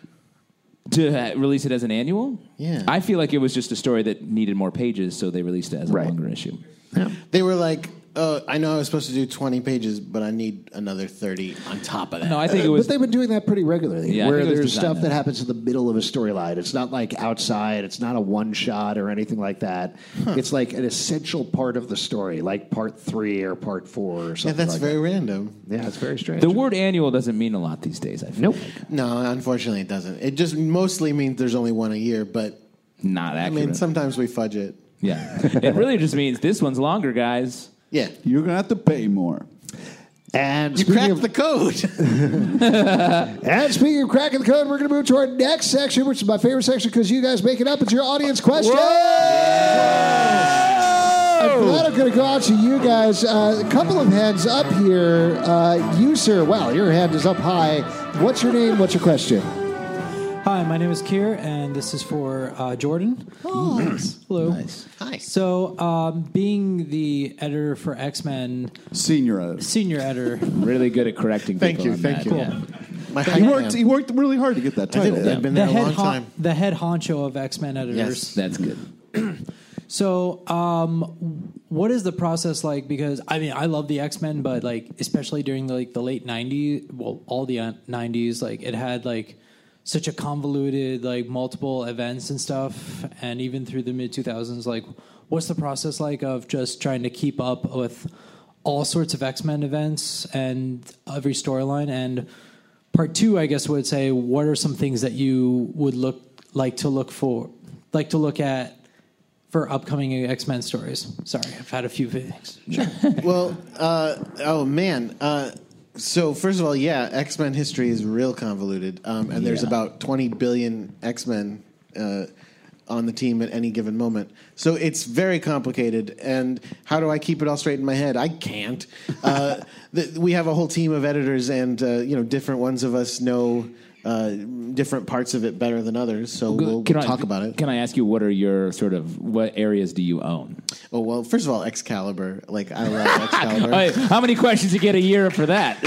to uh, release it as an annual. Yeah. I feel like it was just a story that needed more pages, so they released it as a Right. longer issue. They were like, uh, I know I was supposed to do 20 pages, but I need another 30 on top of that. No, I think it was. but they've been doing that pretty regularly, Yeah, I where think it was there's designed stuff that happens in the middle of a storyline. It's not like outside. It's not a one shot or anything like that. It's like an essential part of the story, like part three or part four or something. yeah, that's like very random. That. Yeah, it's very strange. The word annual doesn't mean a lot these days, I feel. nope. No, unfortunately, it doesn't. It just mostly means there's only one a year, but Not I accurate. mean, sometimes we fudge it. yeah. it really just means this one's longer, guys. Yeah. You're gonna have to pay more. And You speaking cracked of the code. And speaking of cracking the code, we're going to move to our next section, which is my favorite section because you guys make it up. It's your audience question. And Oh. for that, I'm going to go out to you guys. Uh, a couple of hands up here. Uh, you, sir, wow, your hand is up high. What's your name? What's your question? Hi, my name is Kier, and this is for uh, Jordan. Oh, Hello. Nice. Hi. So, um, being the editor for X Men, Senior editor. senior editor, Really good at correcting Thank people you, on thank that. you. Yeah. My He hype worked. man. He worked really hard to get that I did. title. I've been the there a head, long hon- time. the head honcho of X Men editors. Yes. That's good. So, um, what is the process like? Because I mean, I love the X Men, but like, especially during the, like the late '90s, well, all the uh, '90s, like it had like such a convoluted like multiple events and stuff, and even through the mid 2000s, like, what's the process like of just trying to keep up with all sorts of X Men events and every storyline? And part two, I guess, would say, what are some things that you would look like to look for, like to look at? for upcoming X Men stories. Sorry, I've had a few things. Well, uh, oh man. Uh, so first of all, yeah, X Men history is real convoluted, um, and there's about 20 billion X Men uh, on the team at any given moment. So it's very complicated. And how do I keep it all straight in my head? I can't. Uh, th- we have a whole team of editors, and uh, you know, different ones of us know. Uh, different parts of it better than others, so we'll Can I- talk about it. Can I ask you what are your sort of what areas do you own? oh well, first of all, Excalibur. Like I love Excalibur. Hey, how many questions you get a year for that?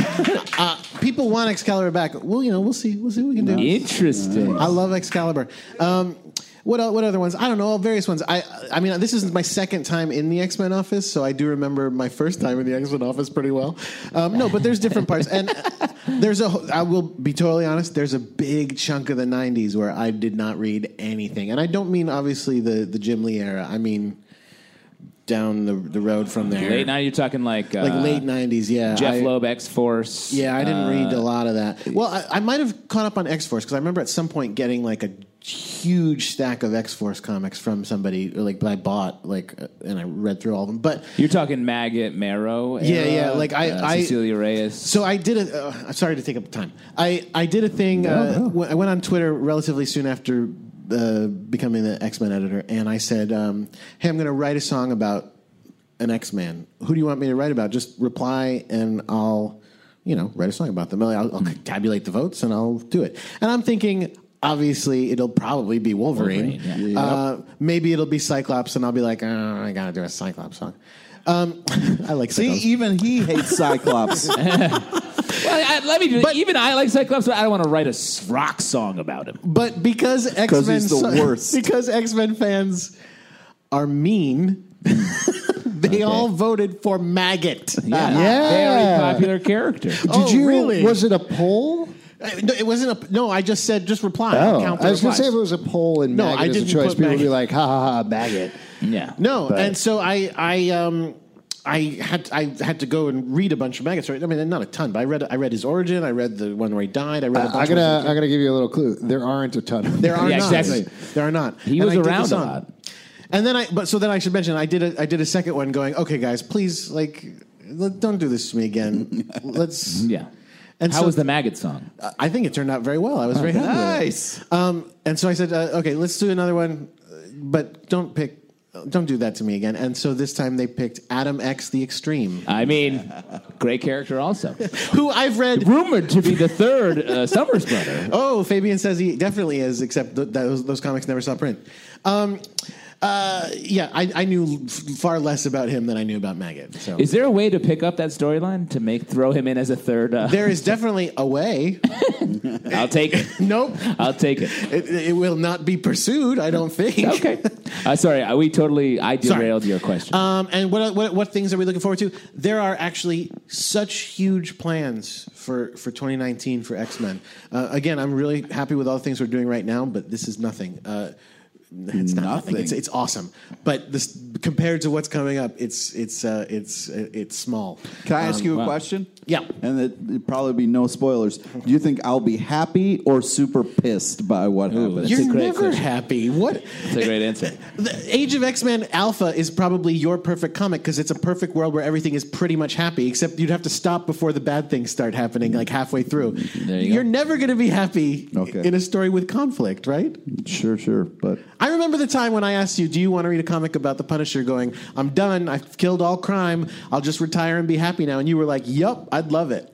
people want Excalibur back. Well, you know, we'll see. We'll see what we can do. Interesting. I love Excalibur. Um, what el- what other ones? I don't know. Various ones. I I mean, this is my second time in the X Men office, so I do remember my first time in the X Men office pretty well. Um, no, but there's different parts, and uh, there's a. wh- I will be totally honest. There's a big chunk of the '90s where I did not read anything, and I don't mean obviously the the Jim Lee era. I mean down the the road from there, Late night, you're talking like uh, like late '90s. Yeah, Jeff I- Loeb, uh, X Force. yeah, I didn't read a lot of that. Uh, Well, I, I might have caught up on X Force because I remember at some point getting like a huge stack of X Force comics from somebody, or like that I bought, like, uh, and I read through all of them. But You're talking Maggot Marrow. Yeah, era, yeah, like, I- uh, I- Cecilia Reyes. so I did a. Uh, I'm sorry to take up time. I I did a thing. uh, when- I went on Twitter relatively soon after uh, becoming the X Men editor, and I said, um, "Hey, I'm going to write a song about an X Man. Who do you want me to write about? Just reply, and I'll, you know, write a song about them. I'll, I'll Hmm. tabulate the votes, and I'll do it." And I'm thinking. Obviously, it'll probably be Wolverine. Wolverine, Uh, maybe it'll be Cyclops, and I'll be like, oh, I gotta do a Cyclops song. Um, I like See, Cyclops. even he hates Cyclops. Well, I, let me. Do, even I like Cyclops, but I don't want to write a s- rock song about him. But because X he's Men, the worst. because X Men fans are mean, they all voted for maggot. Yeah, Yeah. very popular character. Did Oh, you? really? Was it a poll? Oh, Uh, no, it wasn't a. No, I just said just reply. count the I was going to replies. say if it was a poll and No, maggot I is a didn't choice, put people would be maggot. like, ha ha ha, maggot. Yeah, No, But- and so I, I, um, I had, I had to go and read a bunch of maggots. Right? I mean, not a ton, but I read, I read his origin. I read the one where he died. I read. a bunch I'm of going ones. to I'm gonna give you a little clue. There aren't a ton of There are Yeah, not. exactly. There are not. He was I did the around a song. lot. And then I, but so then I should mention I did a I did a second one going. Okay, guys, please like, let- don't do this to me again. Let's. yeah. And How so- Uh, was the Maggot song? I think it turned out very well. I was very happy. Nice. Um, and so I said, uh, okay, let's do another one, uh, but don't pick. Don't do that to me again. And so this time they picked Adam X the Extreme, I mean, great character also. who I've read. Rumored to be the third uh, Summers brother. Oh, Fabian says he definitely is, except th- those, those comics never saw print. Um, uh, yeah, I, I knew f- far less about him than I knew about Maggot. So Is there a way to pick up that storyline to make throw him in as a third? Uh, there is definitely a way. I'll take it. Nope, I'll take it. it, it will not be pursued. I don't think. Okay. Uh, sorry, uh, we totally I Sorry. derailed your question. Um, and what, what what things are we looking forward to? There are actually such huge plans for, for 2019 for X Men. Uh, again, I'm really happy with all the things we're doing right now, but this is nothing. Uh, it's not nothing. Nothing. It's, it's awesome, but this compared to what's coming up, it's it's uh, it's it's small. Can I ask Um, you a wow. question? Yeah. And it, it'd probably be no spoilers. Do you think I'll be happy or super pissed by what happens? You're never happy. What? That's a great answer. The Age of X Men Alpha is probably your perfect comic because it's a perfect world where everything is pretty much happy, except you'd have to stop before the bad things start happening, like halfway through. you are never going to be happy Okay. in a story with conflict, right? Sure, sure. But I remember the time when I asked you, "Do you want to read a comic about the Punisher?" Going, "I'm done. I've killed all crime. I'll just retire and be happy now." And you were like, "Yup, I'd love it."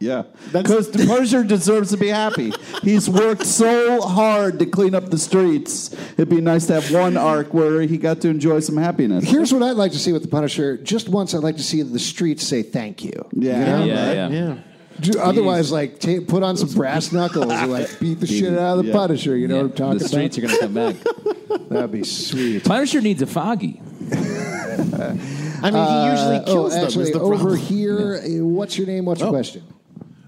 yeah. Because the Punisher deserves to be happy. He's worked so hard to clean up the streets. It'd be nice to have one arc where he got to enjoy some happiness. Here's what I'd like to see with the Punisher. Just once, I'd like to see the streets say thank you. Yeah. You know? Yeah, Like, do- otherwise, like ta put on some brass knuckles and like beat the shit out of the Yeah. Punisher. You know Yeah. what I'm talking The streets about? are going to come back. That'd be sweet. Punisher needs a foggy. I mean, he usually kills oh, them, is Actually, the over problem. here, uh, what's your name? What's Oh. your question?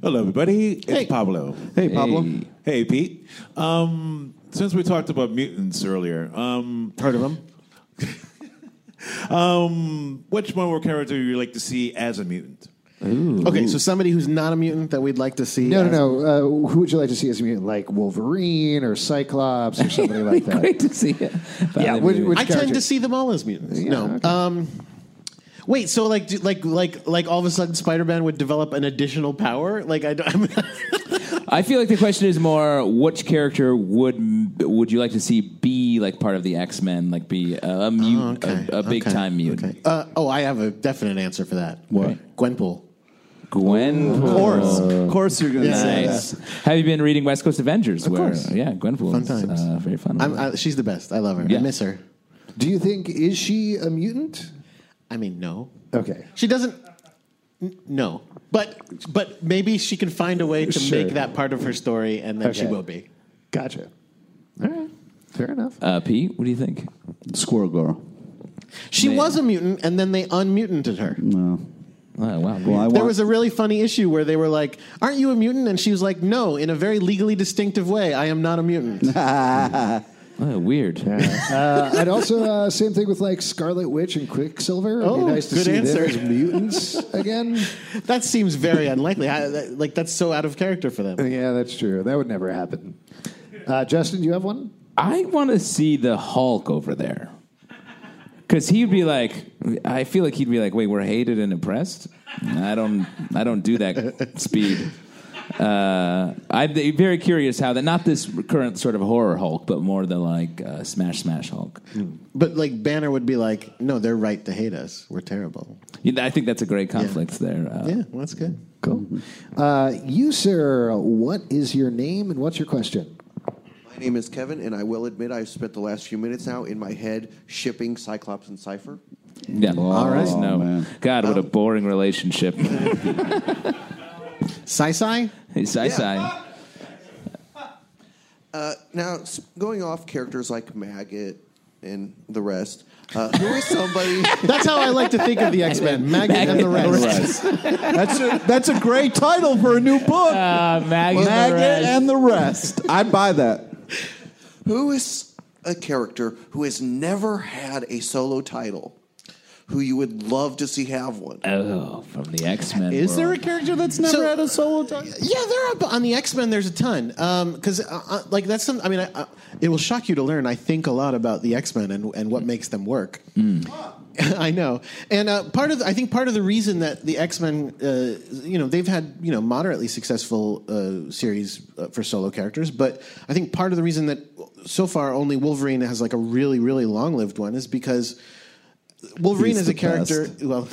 Hello, everybody. It's Pablo. Hey, Pablo. Hey, Pete. Um, since we talked about mutants earlier, um, heard of them? um, which one or character you like to see as a mutant? Okay, so somebody who's not a mutant that we'd like to see. No, as- no, no. Uh, who would you like to see as a mutant? Like Wolverine or Cyclops or somebody like that? Great to see you. Yeah, which, which I tend character? to see them all as mutants. no. Um, wait, so like, do, like, like, like, all of a sudden, Spider-Man would develop an additional power? Like, I don't. I'm, I feel like the question is more: which character would would you like to see be like part of the X Men, like be a, a Oh, mutant, a, big time mutant? uh, oh, I have a definite answer for that. What? Gwenpool. Gwen, Of course. Oh. Of course you're going to say Nice. that. Have you been reading West Coast Avengers? Of where, course. Yeah, Gwenpool. Fun is, times. Uh, very fun. I'm, I, she's the best. I love her. I Yeah. miss her. Do you think is she a mutant? I mean, no, Okay. she doesn't. n- No, but but maybe she can find a way to Sure. make that part of her story, and then she Okay. will be. Gotcha. All right. Fair enough. uh, Pete, what do you think? Squirrel Girl. She Man. was a mutant, and then they unmutanted her. No. Oh, wow. Well, I There want- was a really funny issue where they were like, "Aren't you a mutant?" And she was like, "No, in a very legally distinctive way, I am not a mutant." Oh, weird. Uh, and also, uh, same thing with like Scarlet Witch and Quicksilver. It'd Oh, be nice to good see answer. them as mutants again. that seems very unlikely. I, that, like that's so out of character for them. Yeah, that's true. That would never happen. Uh, Justin, do you have one? I want to see the Hulk over there. Because he'd be like, I feel like he'd be like, wait, we're hated and oppressed. I don't, I don't do that speed. Uh, I'd be very curious how that. Not this current sort of horror Hulk, but more the like uh, smash, smash Hulk. But like Banner would be like, "No, they're right to hate us. We're terrible." Yeah, I think that's a great conflict there. Uh, Yeah, well, that's good. Cool. Mm-hmm. Uh, you, sir, what is your name and what's your question? My name is Kevin, and I will admit I've spent the last few minutes now in my head shipping Cyclops and Cypher. yeah. All right. No. man. God, what a boring relationship. Sai Sai. Hey, Sai Sai. Uh, now, s- going off characters like Maggot and the rest, uh, who is somebody. That's how I like to think of the X Men. Maggot and the rest. That's a, that's a great title for a new book. Uh, Maggie and the Maggot rest. and the rest. I'd buy that. who is a character who has never had a solo title who you would love to see have one? Oh, from the X Men. Is there a character that's never So- had a solo title? Yeah, there are but on the X Men. There's a ton because uh, uh, like that's some. I mean, I, I, it will shock you to learn. I think a lot about the X Men and and what makes them work. Hmm. I know, and uh, part of the, I think part of the reason that the X Men, uh, you know, they've had you know moderately successful uh, series uh, for solo characters, but I think part of the reason that so far only Wolverine has like a really really long lived one is because Wolverine He's is a the character. best. Well,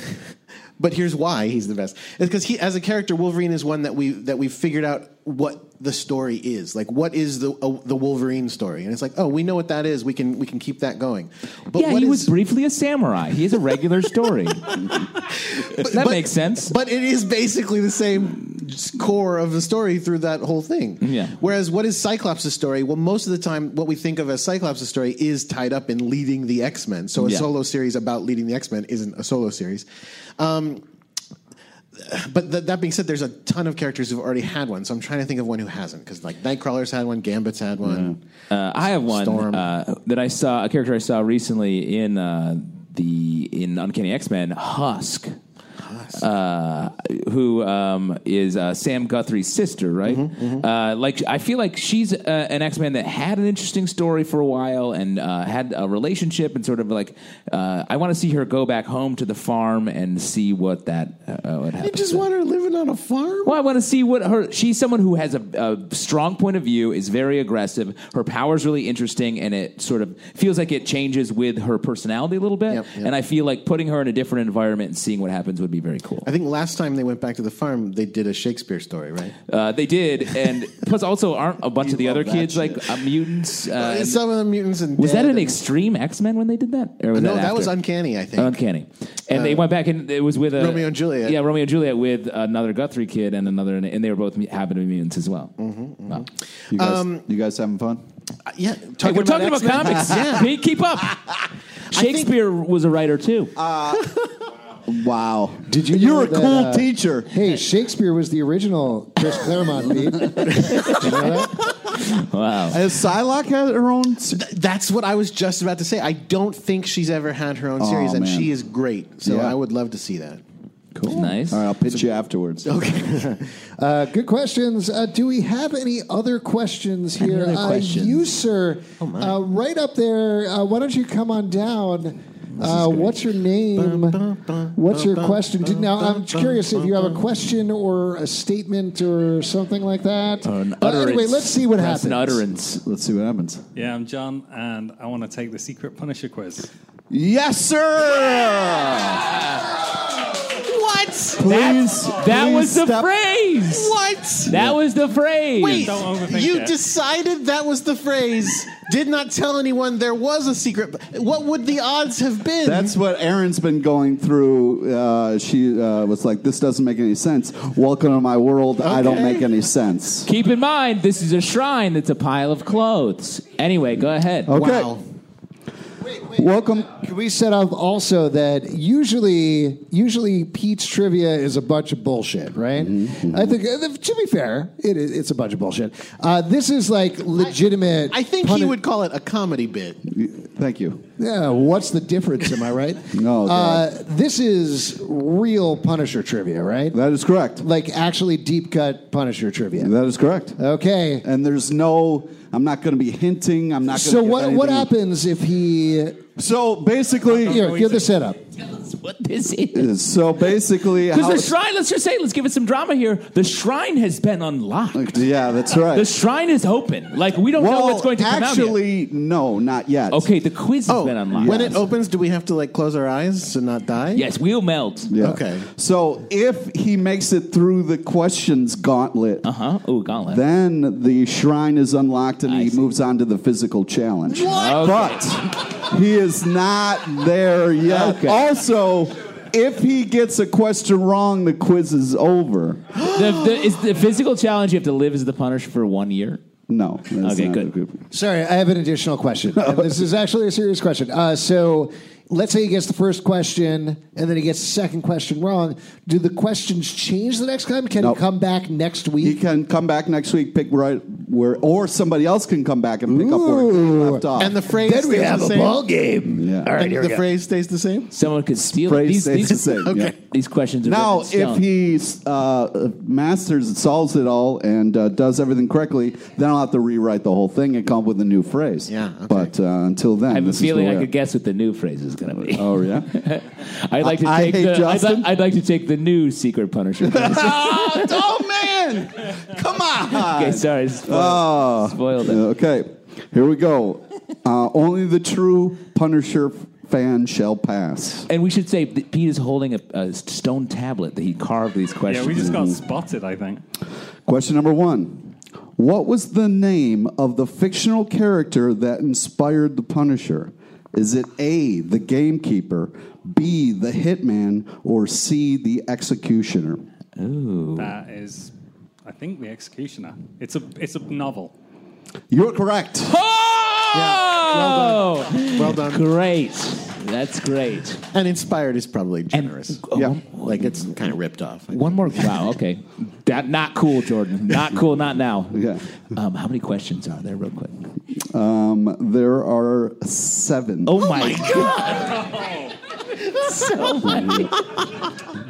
but here's why he's the best. It's because he, as a character, Wolverine is one that we that we've figured out what the story is. Like, what is the uh, the Wolverine story? And it's like, oh, we know what that is. We can we can keep that going. But yeah, what he is- was briefly a samurai. He is a regular story. that but- makes sense. But it is basically the same core of the story through that whole thing. Yeah. Whereas what is Cyclops' story? Well, most of the time, what we think of as Cyclops' story is tied up in leading the X Men. So a Yeah. solo series about leading the X Men isn't a solo series. Um, but th- that being said, there's a ton of characters who've already had one. So I'm trying to think of one who hasn't, because like Nightcrawler's had one, Gambit's had one. Uh, I have one Storm. Uh, that I saw a character I saw recently in uh, the in Uncanny X Men Husk, Uh, who um, is uh, Sam Guthrie's sister, right? Mm-hmm, Uh, like I feel like she's uh, an X Man that had an interesting story for a while and uh, had a relationship and sort of like uh, I want to see her go back home to the farm and see what that uh, what happens. You just want her living on a farm? Well, I want to see what her. She's someone who has a, a strong point of view, is very aggressive. Her power's really interesting, and it sort of feels like it changes with her personality a little bit. And I feel like putting her in a different environment and seeing what happens would be very cool. I think last time they went back to the farm, they did a Shakespeare story, right? Uh, they did, and plus also aren't a bunch of the other love that kids like uh, mutants? Uh, and- Some of the mutants and was that dead an and- Extreme X Men when they did that? Or was no, that, that, was after? Uh, Uncanny, I think. Uncanny. And they Uh, went back and it was with a Romeo and Juliet. Yeah, Romeo and Juliet with another Guthrie kid and another, and they were both happened to be mutants as well. Mm-hmm. Wow. You guys, Um, you guys having fun? Yeah, Hey, we're talking about comics. Pete, keep up. Shakespeare was a writer too. Uh, Wow. Did you? You're know a that, cool uh, teacher. Hey, Shakespeare was the original Chris Claremont. Pete. Did you know that? Wow. uh, Has Psylocke had her own? that's what I was just about to say. I don't think she's ever had her own Aw, series, and man. she is great. So Yeah. I would love to see that. Cool. Nice. All right, I'll pitch you afterwards. Okay. Uh, good questions. Uh, do we have any other questions Any here? other questions? Uh, you, sir, Oh, my. uh, right up there. Uh, why don't you come on down? Uh, what's your name? what's your question? Did, now, I'm curious if you have a question or a statement or something like that. Uh, anyway, let's see what happens. utterance. Let's see what happens. Yeah, I'm John, and I want to take the secret Punisher quiz. Yes, sir. What? Please, that please was the step- phrase. What? That was the phrase. Wait, Don't overthink you it. decided that was the phrase. Did not tell anyone there was a secret. What would the odds have been? That's what Erin's been going through. Uh, she uh, was like, "This doesn't make any sense." Welcome to my world. I don't Okay. make any sense. Keep in mind, this is a shrine that's a pile of clothes. Anyway, go ahead. Okay. Welcome. Can we set up also that usually, usually Pete's trivia is a bunch of bullshit, right? Mm-hmm. I think uh, to be fair, it is, it's a bunch of bullshit. Uh, this is like legitimate. I think he would call it a comedy bit. Thank you. Yeah, what's the difference? Am I right? no. Uh, this is real Punisher trivia, right? That is correct. Like actually deep cut Punisher trivia. That is correct. Okay. And there's no. I'm not going to be hinting. I'm not. Gonna So give what what anything- happens if he? So basically, here, give the setup. What this is. So basically, Because how the shrine, let's just say, let's give it some drama here. The shrine has been unlocked. Yeah, that's right. The shrine is open. Like we don't know Well, what's going to come out. yet. actually, oh, no, not yet. Okay, the quiz has been unlocked. Oh, When it opens, do we have to like close our eyes and not die? Yes, we'll melt. Yeah. Okay. So if he makes it through the questions gauntlet, uh huh, ooh gauntlet, then the shrine is unlocked and he moves on to the physical challenge. What? But he is not there yet. Okay. Also, if he gets a question wrong, the quiz is over. the, the, is the physical challenge you have to live as the Punisher for one year? No. Okay, not good. Sorry, I have an additional question. And this is actually a serious question. Uh, so, let's say he gets the first question, and then he gets the second question wrong. Do the questions change the next time? Can Nope. he come back next week? He can come back next week, pick right where, or somebody else can come back and pick up where he left off. And the phrase Then we stays the have a same? ball game. Yeah. And the phrase stays the same. Someone could steal Phrase stays the same, yeah. These questions are Now, written in if stone. he uh, masters and solves it all and uh, does everything correctly, then I'll have to rewrite the whole thing and come up with a new phrase. Yeah. But uh, until then, I have a this is feeling where I we are. could guess what the new phrase is going to be. Oh yeah, I'd like to I- I take hate the, I'd, Justin. li- I'd like to take the new secret Punisher. oh, oh, man! Come on! okay, sorry, spoiled, Oh. spoiled it. Okay, here we go. Uh, only the true Punisher f- fan shall pass. And we should say that Pete is holding a, a stone tablet that he carved these questions. Yeah, we just got in. spotted, I think. Question number one. What was the name of the fictional character that inspired the Punisher? Is it A, the gamekeeper, B, the hitman, or C, the executioner? That is I think The Executioner. It's a it's a novel. You're correct. Oh, well Um, done. Great. That's great. oh, And inspired is probably generous. yeah. Like it's kind of ripped off. One more. Wow. Okay. That not cool, Jordan. Not cool. Not now. Yeah. Um, how many questions are there, real quick? Um, there are seven. Oh, my, so Oh,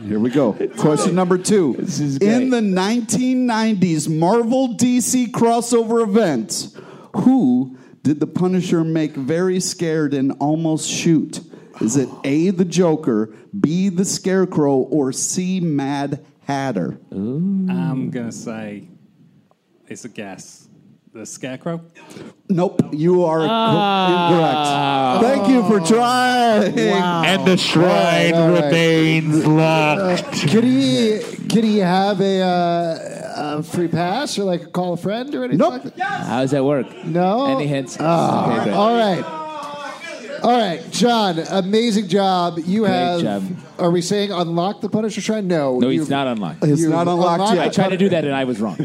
Here we go. Question number two. In the 1990s Marvel DC crossover event, who did the Punisher make very scared and almost shoot? Is it A, the Joker, B, the Scarecrow, or C, Mad Hatter? I'm going to say it's a guess. The Scarecrow? Nope, you are Ah. co- incorrect. Thank you for trying. And the shrine All right. remains locked. Could he could he have a, uh, a free pass or like call a friend or anything? Nope. Like that? How does that work? No. Any hints? Ah, Okay, great. all right. All right, John. Amazing job. You Great have. job. Are we saying unlock the Punisher Shrine? No. No, you've- he's not unlocked. It's You've not unlocked unlocked yet. I tried to do that and I was wrong.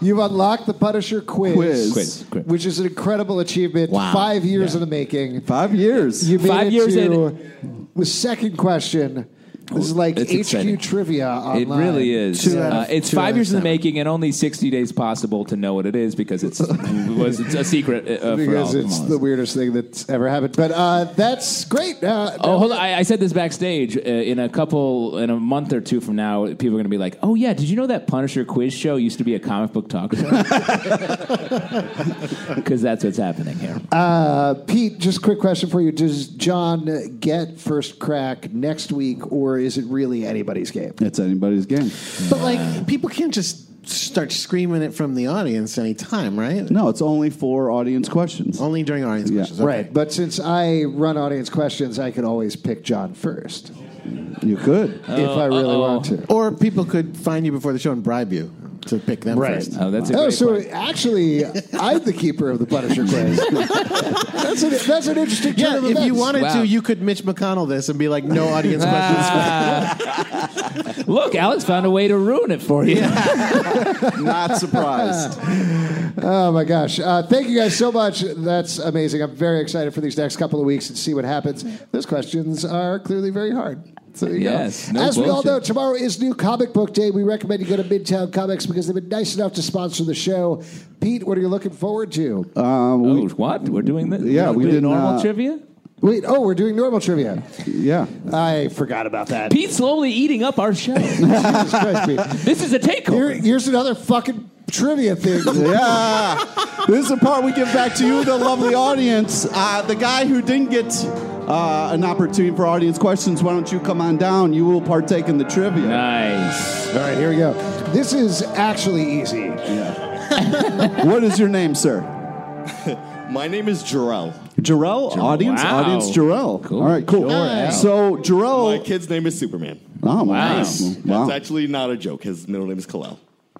You've unlocked the Punisher quiz, Quiz. Quiz, quiz. which is an incredible achievement. Wow. Five years in the making. Five years. You made Five it years to the second question. This is like It's HQ exciting. trivia It online. really is. Two out Uh, of- it's two out five of years in the seven. making and only 60 days possible to know what it is because it's, it was it's a secret uh, uh, for all. because Come it's on. the weirdest thing that's ever happened. But uh, that's great. Uh, Oh, hold on. I, I said this backstage. Uh, in a couple, in a month or two from now, people are going to be like, oh, yeah, did you know that Punisher quiz show used to be a comic book talk show? Because that's what's happening here. Uh, Pete, just a quick question for you. Does John get first crack next week, or is it really anybody's game? It's anybody's game. But like people can't just start screaming it from the audience anytime, right? No, it's only for audience questions. Only during audience questions. okay. Right, but since I run audience questions, I could always pick John first. You could. Uh, if I really want to. Or people could find you before the show and bribe you to pick them Right. first. Oh, that's a Oh, great so point. actually, I'm the keeper of the Punisher quiz. that's, an, that's an interesting turn Yeah, of if you events. wanted to, you could Mitch McConnell this and be like, no audience questions. Look, Alex found a way to ruin it for you. Not surprised. Oh my gosh! Uh, thank you guys so much. That's amazing. I'm very excited for these next couple of weeks and see what happens. Those questions are clearly very hard. So there you go. Yes, no As we all bullshit. know, tomorrow is New Comic Book Day. We recommend you go to Midtown Comics because they've been nice enough to sponsor the show. Pete, what are you looking forward to? Um, we, oh, what? We're doing this? Yeah, we doing did normal not- trivia? Wait, oh, we're doing normal trivia. Yeah. I forgot about that. Pete's slowly eating up our show. Jesus Christ, Pete. this is a Here- takeover. here's another fucking trivia thing. Yeah. Ah, this is the part we give back to you, the lovely audience. Uh, the guy who didn't get uh, an opportunity for audience questions, why don't you come on down? You will partake in the trivia. Nice. All right, here we go. This is actually easy. What is your name, sir? My name is Jarrell. Jarrell? Audience? Wow. Audience Jarrell. Cool. All right, cool. Jarrell. So, Jarrell. My kid's name is Superman. Oh, Wow. wow. Wow. That's actually not a joke. His middle name is Kalel.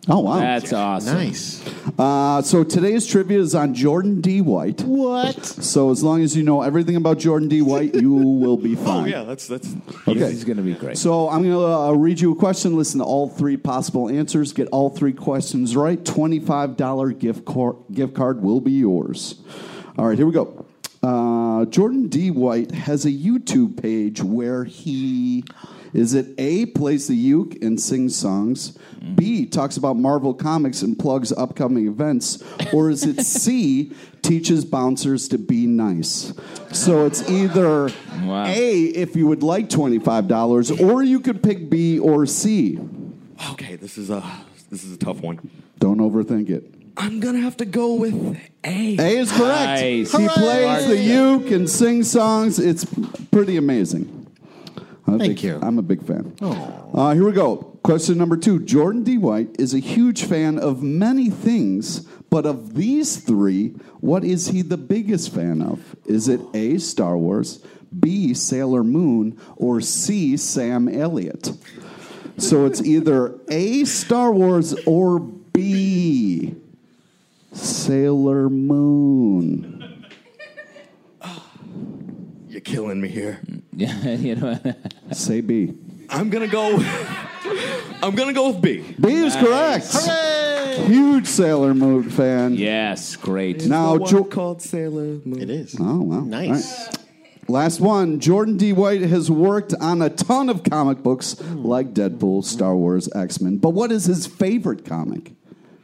Oh, wow. That's awesome. nice. Uh, so today's trivia is on Jordan D. White. What? So as long as you know everything about Jordan D. White, you will be fine. Oh yeah, that's that's Okay. He's going to be great. So I'm going to uh, read you a question. Listen to all three possible answers. Get all three questions right. Twenty-five dollar gift card gift card will be yours. All right, here we go. Uh, Jordan D. White has a YouTube page where he is it A plays the uke and sings songs, B talks about Marvel comics and plugs upcoming events, or is it C teaches bouncers to be nice? So it's either Wow. A if you would like $25 or you could pick B or C. okay. This is a this is a tough one. Don't overthink it. I'm gonna have to go with A. A is correct. Nice. He Hooray! plays the uke and sings songs. It's pretty amazing. I'm a Thank big- you. I'm a big fan. Uh, here we go. Question number two. Jordan D. White is a huge fan of many things, but of these three, what is he the biggest fan of? Is it A, Star Wars, B, Sailor Moon, or C, Sam Elliott? So it's either A, Star Wars, or B, Sailor Moon. You're killing me here. Yeah, you know. Say B. I'm gonna go. I'm gonna go with B. B is Nice. correct. Hooray! Huge Sailor Moon fan. Yes, great. Now, It's the Jo- one called Sailor Moon. It is. Oh, wow. Nice. Last one. Jordan D. White has worked on a ton of comic books like Deadpool, Star Wars, X Men. But what is his favorite comic?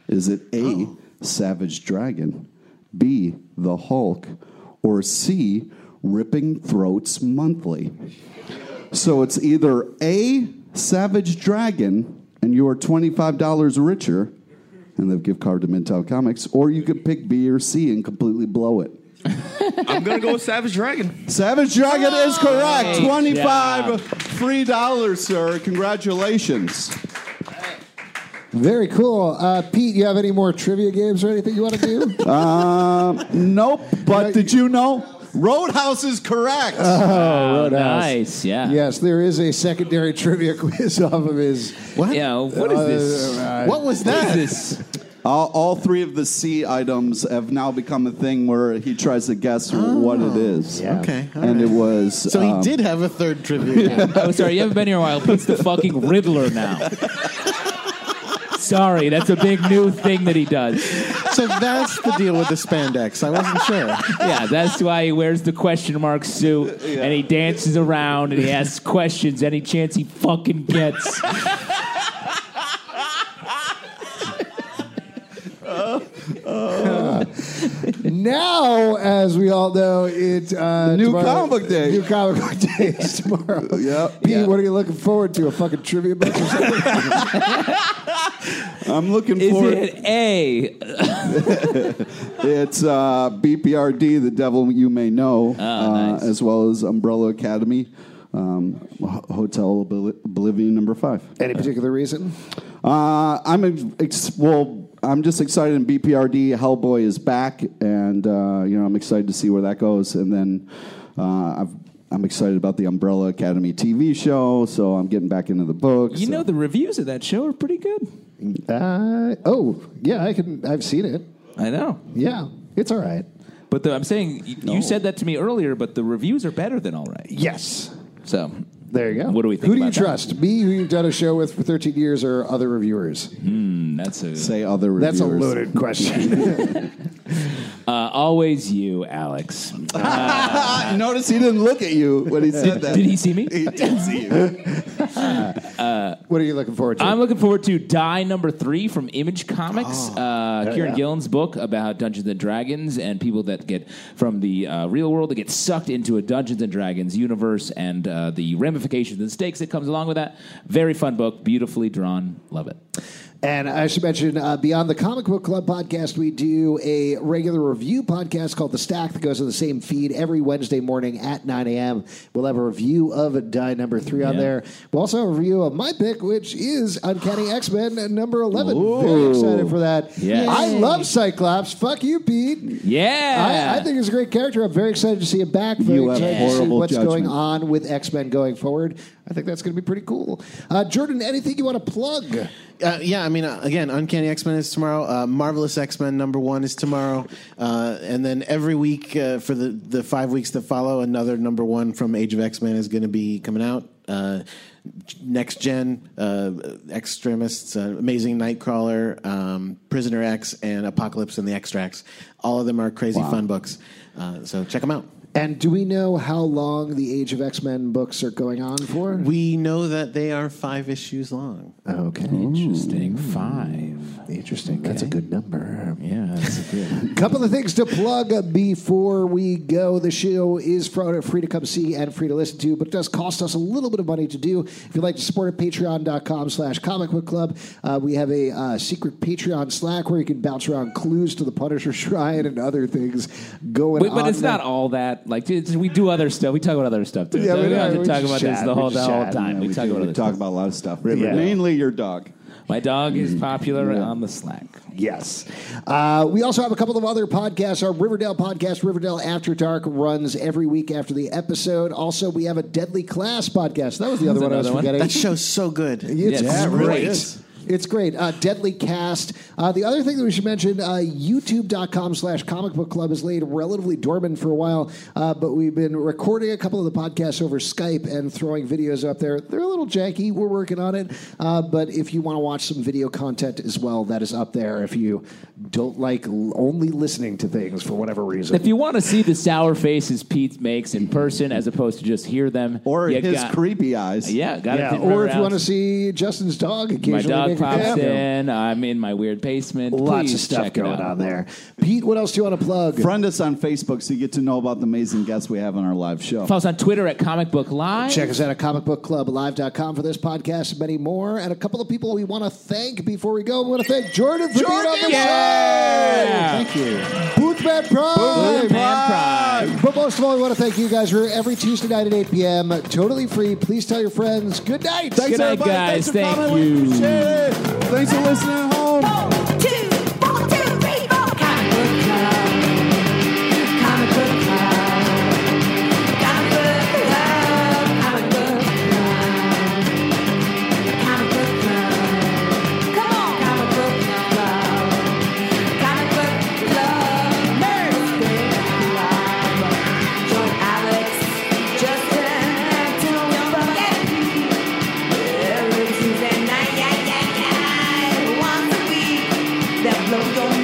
Is it A, Savage Dragon, B, The Hulk, or C, Ripping Throats Monthly? So it's either A, Savage Dragon, and you are $25 richer, and they've gift card to Mintel Comics, or you could pick B or C and completely blow it. I'm gonna go with Savage Dragon. Savage Dragon is correct. Great Twenty-five job. free dollars, sir. Congratulations. Very cool. Uh, Pete, you have any more trivia games or anything you want to do? Uh, nope. But did you know Roadhouse is correct? Oh, Roadhouse. nice, yeah. Yes, there is a secondary trivia quiz off of his. What? Yeah, what is this? What was What that? is this? All, all three of the C items have now become a thing where he tries to guess what it is. Okay, all and it was. So he did have a third trivia. game. Um, oh, sorry, you haven't been here in a while. Pete's the fucking Riddler now. sorry, that's a big new thing that he does. So that's the deal with the spandex. I wasn't sure. Yeah, that's why he wears the question mark suit and he dances around and he asks questions any chance he fucking gets. now, as we all know, it uh, New tomorrow- comic book day. New comic book day is tomorrow. Pete, what are you looking forward to? A fucking trivia book or something? I'm looking Is for it A? it's uh, BPRD, The Devil You May Know, Oh, uh, as well as Umbrella Academy, um, Ho- Hotel Obli- Oblivion number five. Any particular reason? Uh, I'm ex- well. I'm just excited. In BPRD, Hellboy is back, and uh, you know I'm excited to see where that goes. And then uh, I've, I'm excited about the Umbrella Academy TV show, so I'm getting back into the books. You know, the reviews of that show are pretty good. Uh, oh, yeah, I can. I've seen it. I know. Yeah, it's all right. But the, I'm saying, you, you said that to me earlier, but the reviews are better than all right. Yes. So, There you go. What do we think Who do you about that? trust? Me, who you've done a show with for 13 years, or other reviewers? hmm, that's a. say other reviewers. That's a loaded question. Uh, always you, Alex. Notice he didn't look at you when he said that. Did he see me? He did see you. what are you looking forward to? I'm looking forward to Die Number Three from Image Comics, uh, Oh. yeah, Kieran yeah. Gillen's book about Dungeons and Dragons and people that get from the uh, real world that get sucked into a Dungeons and Dragons universe and uh, the ramifications and stakes that comes along with that. Very fun book, beautifully drawn. Love it. And I should mention, uh, beyond the Comic Book Club podcast, we do a regular review podcast called The Stack that goes on the same feed every Wednesday morning at 9 a.m. We'll have a review of Die Number 3 on Yeah. there. We'll also have a review of my pick, which is Uncanny X Men number 11. Very Ooh. excited for that. Yes. I love Cyclops. Fuck you, Pete. Yeah, I, I think he's a great character. I'm very excited to see him back. Very You have excited to see horrible what's going judgment. on with X Men going forward. I think that's going to be pretty cool. Uh, Jordan, anything you want to plug? Uh, yeah, I mean, uh, again, Uncanny X Men is tomorrow. Uh, Marvelous X Men number one is tomorrow, uh, and then every week uh, for the the five weeks that follow, another number one from Age of X Men is going to be coming out. Uh, Next Gen, uh, Extremists, uh, Amazing Nightcrawler, um, Prisoner X, and Apocalypse and the Extracts. All of them are crazy fun books, uh, so check them out. And do we know how long the Age of X Men books are going on for? We know that they are five issues long. okay. interesting. Five. Interesting. That's a good number. Yeah, that's good. Couple of things to plug before we go. The show is fro- free to come see and free to listen to, but it does cost us a little bit of money to do. If you'd like to support it, patreon.com slash comic book club. Uh, we have a uh, secret Patreon Slack where you can bounce around clues to the Punisher Shrine and other things going But, on. but it's there. not all that. Like it's, we do other stuff. We talk about other stuff too. Yeah, So we we don't do. have We to talk just about this chat. the We whole, just the whole chat. time. Yeah, we, we talk do. about We other Talk stuff. about a lot of stuff. Yeah. Mainly your dog. My dog Mm. is popular on the Slack. Yes. Uh, we also have a couple of other podcasts. Our Riverdale podcast, Riverdale After Dark, runs every week after the episode. Also, we have a Deadly Class podcast. That was the other That's one I was another one. forgetting. That show's so good. It's Yeah, it great. really is. It's great. Uh, Deadly Cast. Uh, the other thing that we should mention, uh, youtube.com slash comic book club has laid relatively dormant for a while, uh, but we've been recording a couple of the podcasts over Skype and throwing videos up there. They're a little janky. We're working on it. Uh, but if you want to watch some video content as well, that is up there if you don't like l- only listening to things for whatever reason. If you want to see the sour faces Pete makes in person, as opposed to just hear them, or his creepy eyes, yeah, got yeah, or if you want to see Justin's dog My occasionally, dog make a pops cameo. in. I'm in my weird basement. Lots Please of stuff check it going out. on there. Pete, what else do you want to plug? Friend us on Facebook so you get to know about the amazing guests we have on our live show. Follow us on Twitter at Comic Book Live. Check us out at comicbookclublive.com for this podcast and many more. And a couple of people we want to thank before we go. We want to thank Jordan for being on the Yeah! show. Thank you. Boothman Prime. Boothman Prime. But most of all, we want to thank you guys. We're every Tuesday night at 8 p.m. Totally free. Please tell your friends. Good night. Thanks, Good night, everybody. guys. Thanks for Thank coming. We you. appreciate it. Thanks for listening at home. Every Tuesday night, yeah, yeah, yeah, once a week, that blow your mind.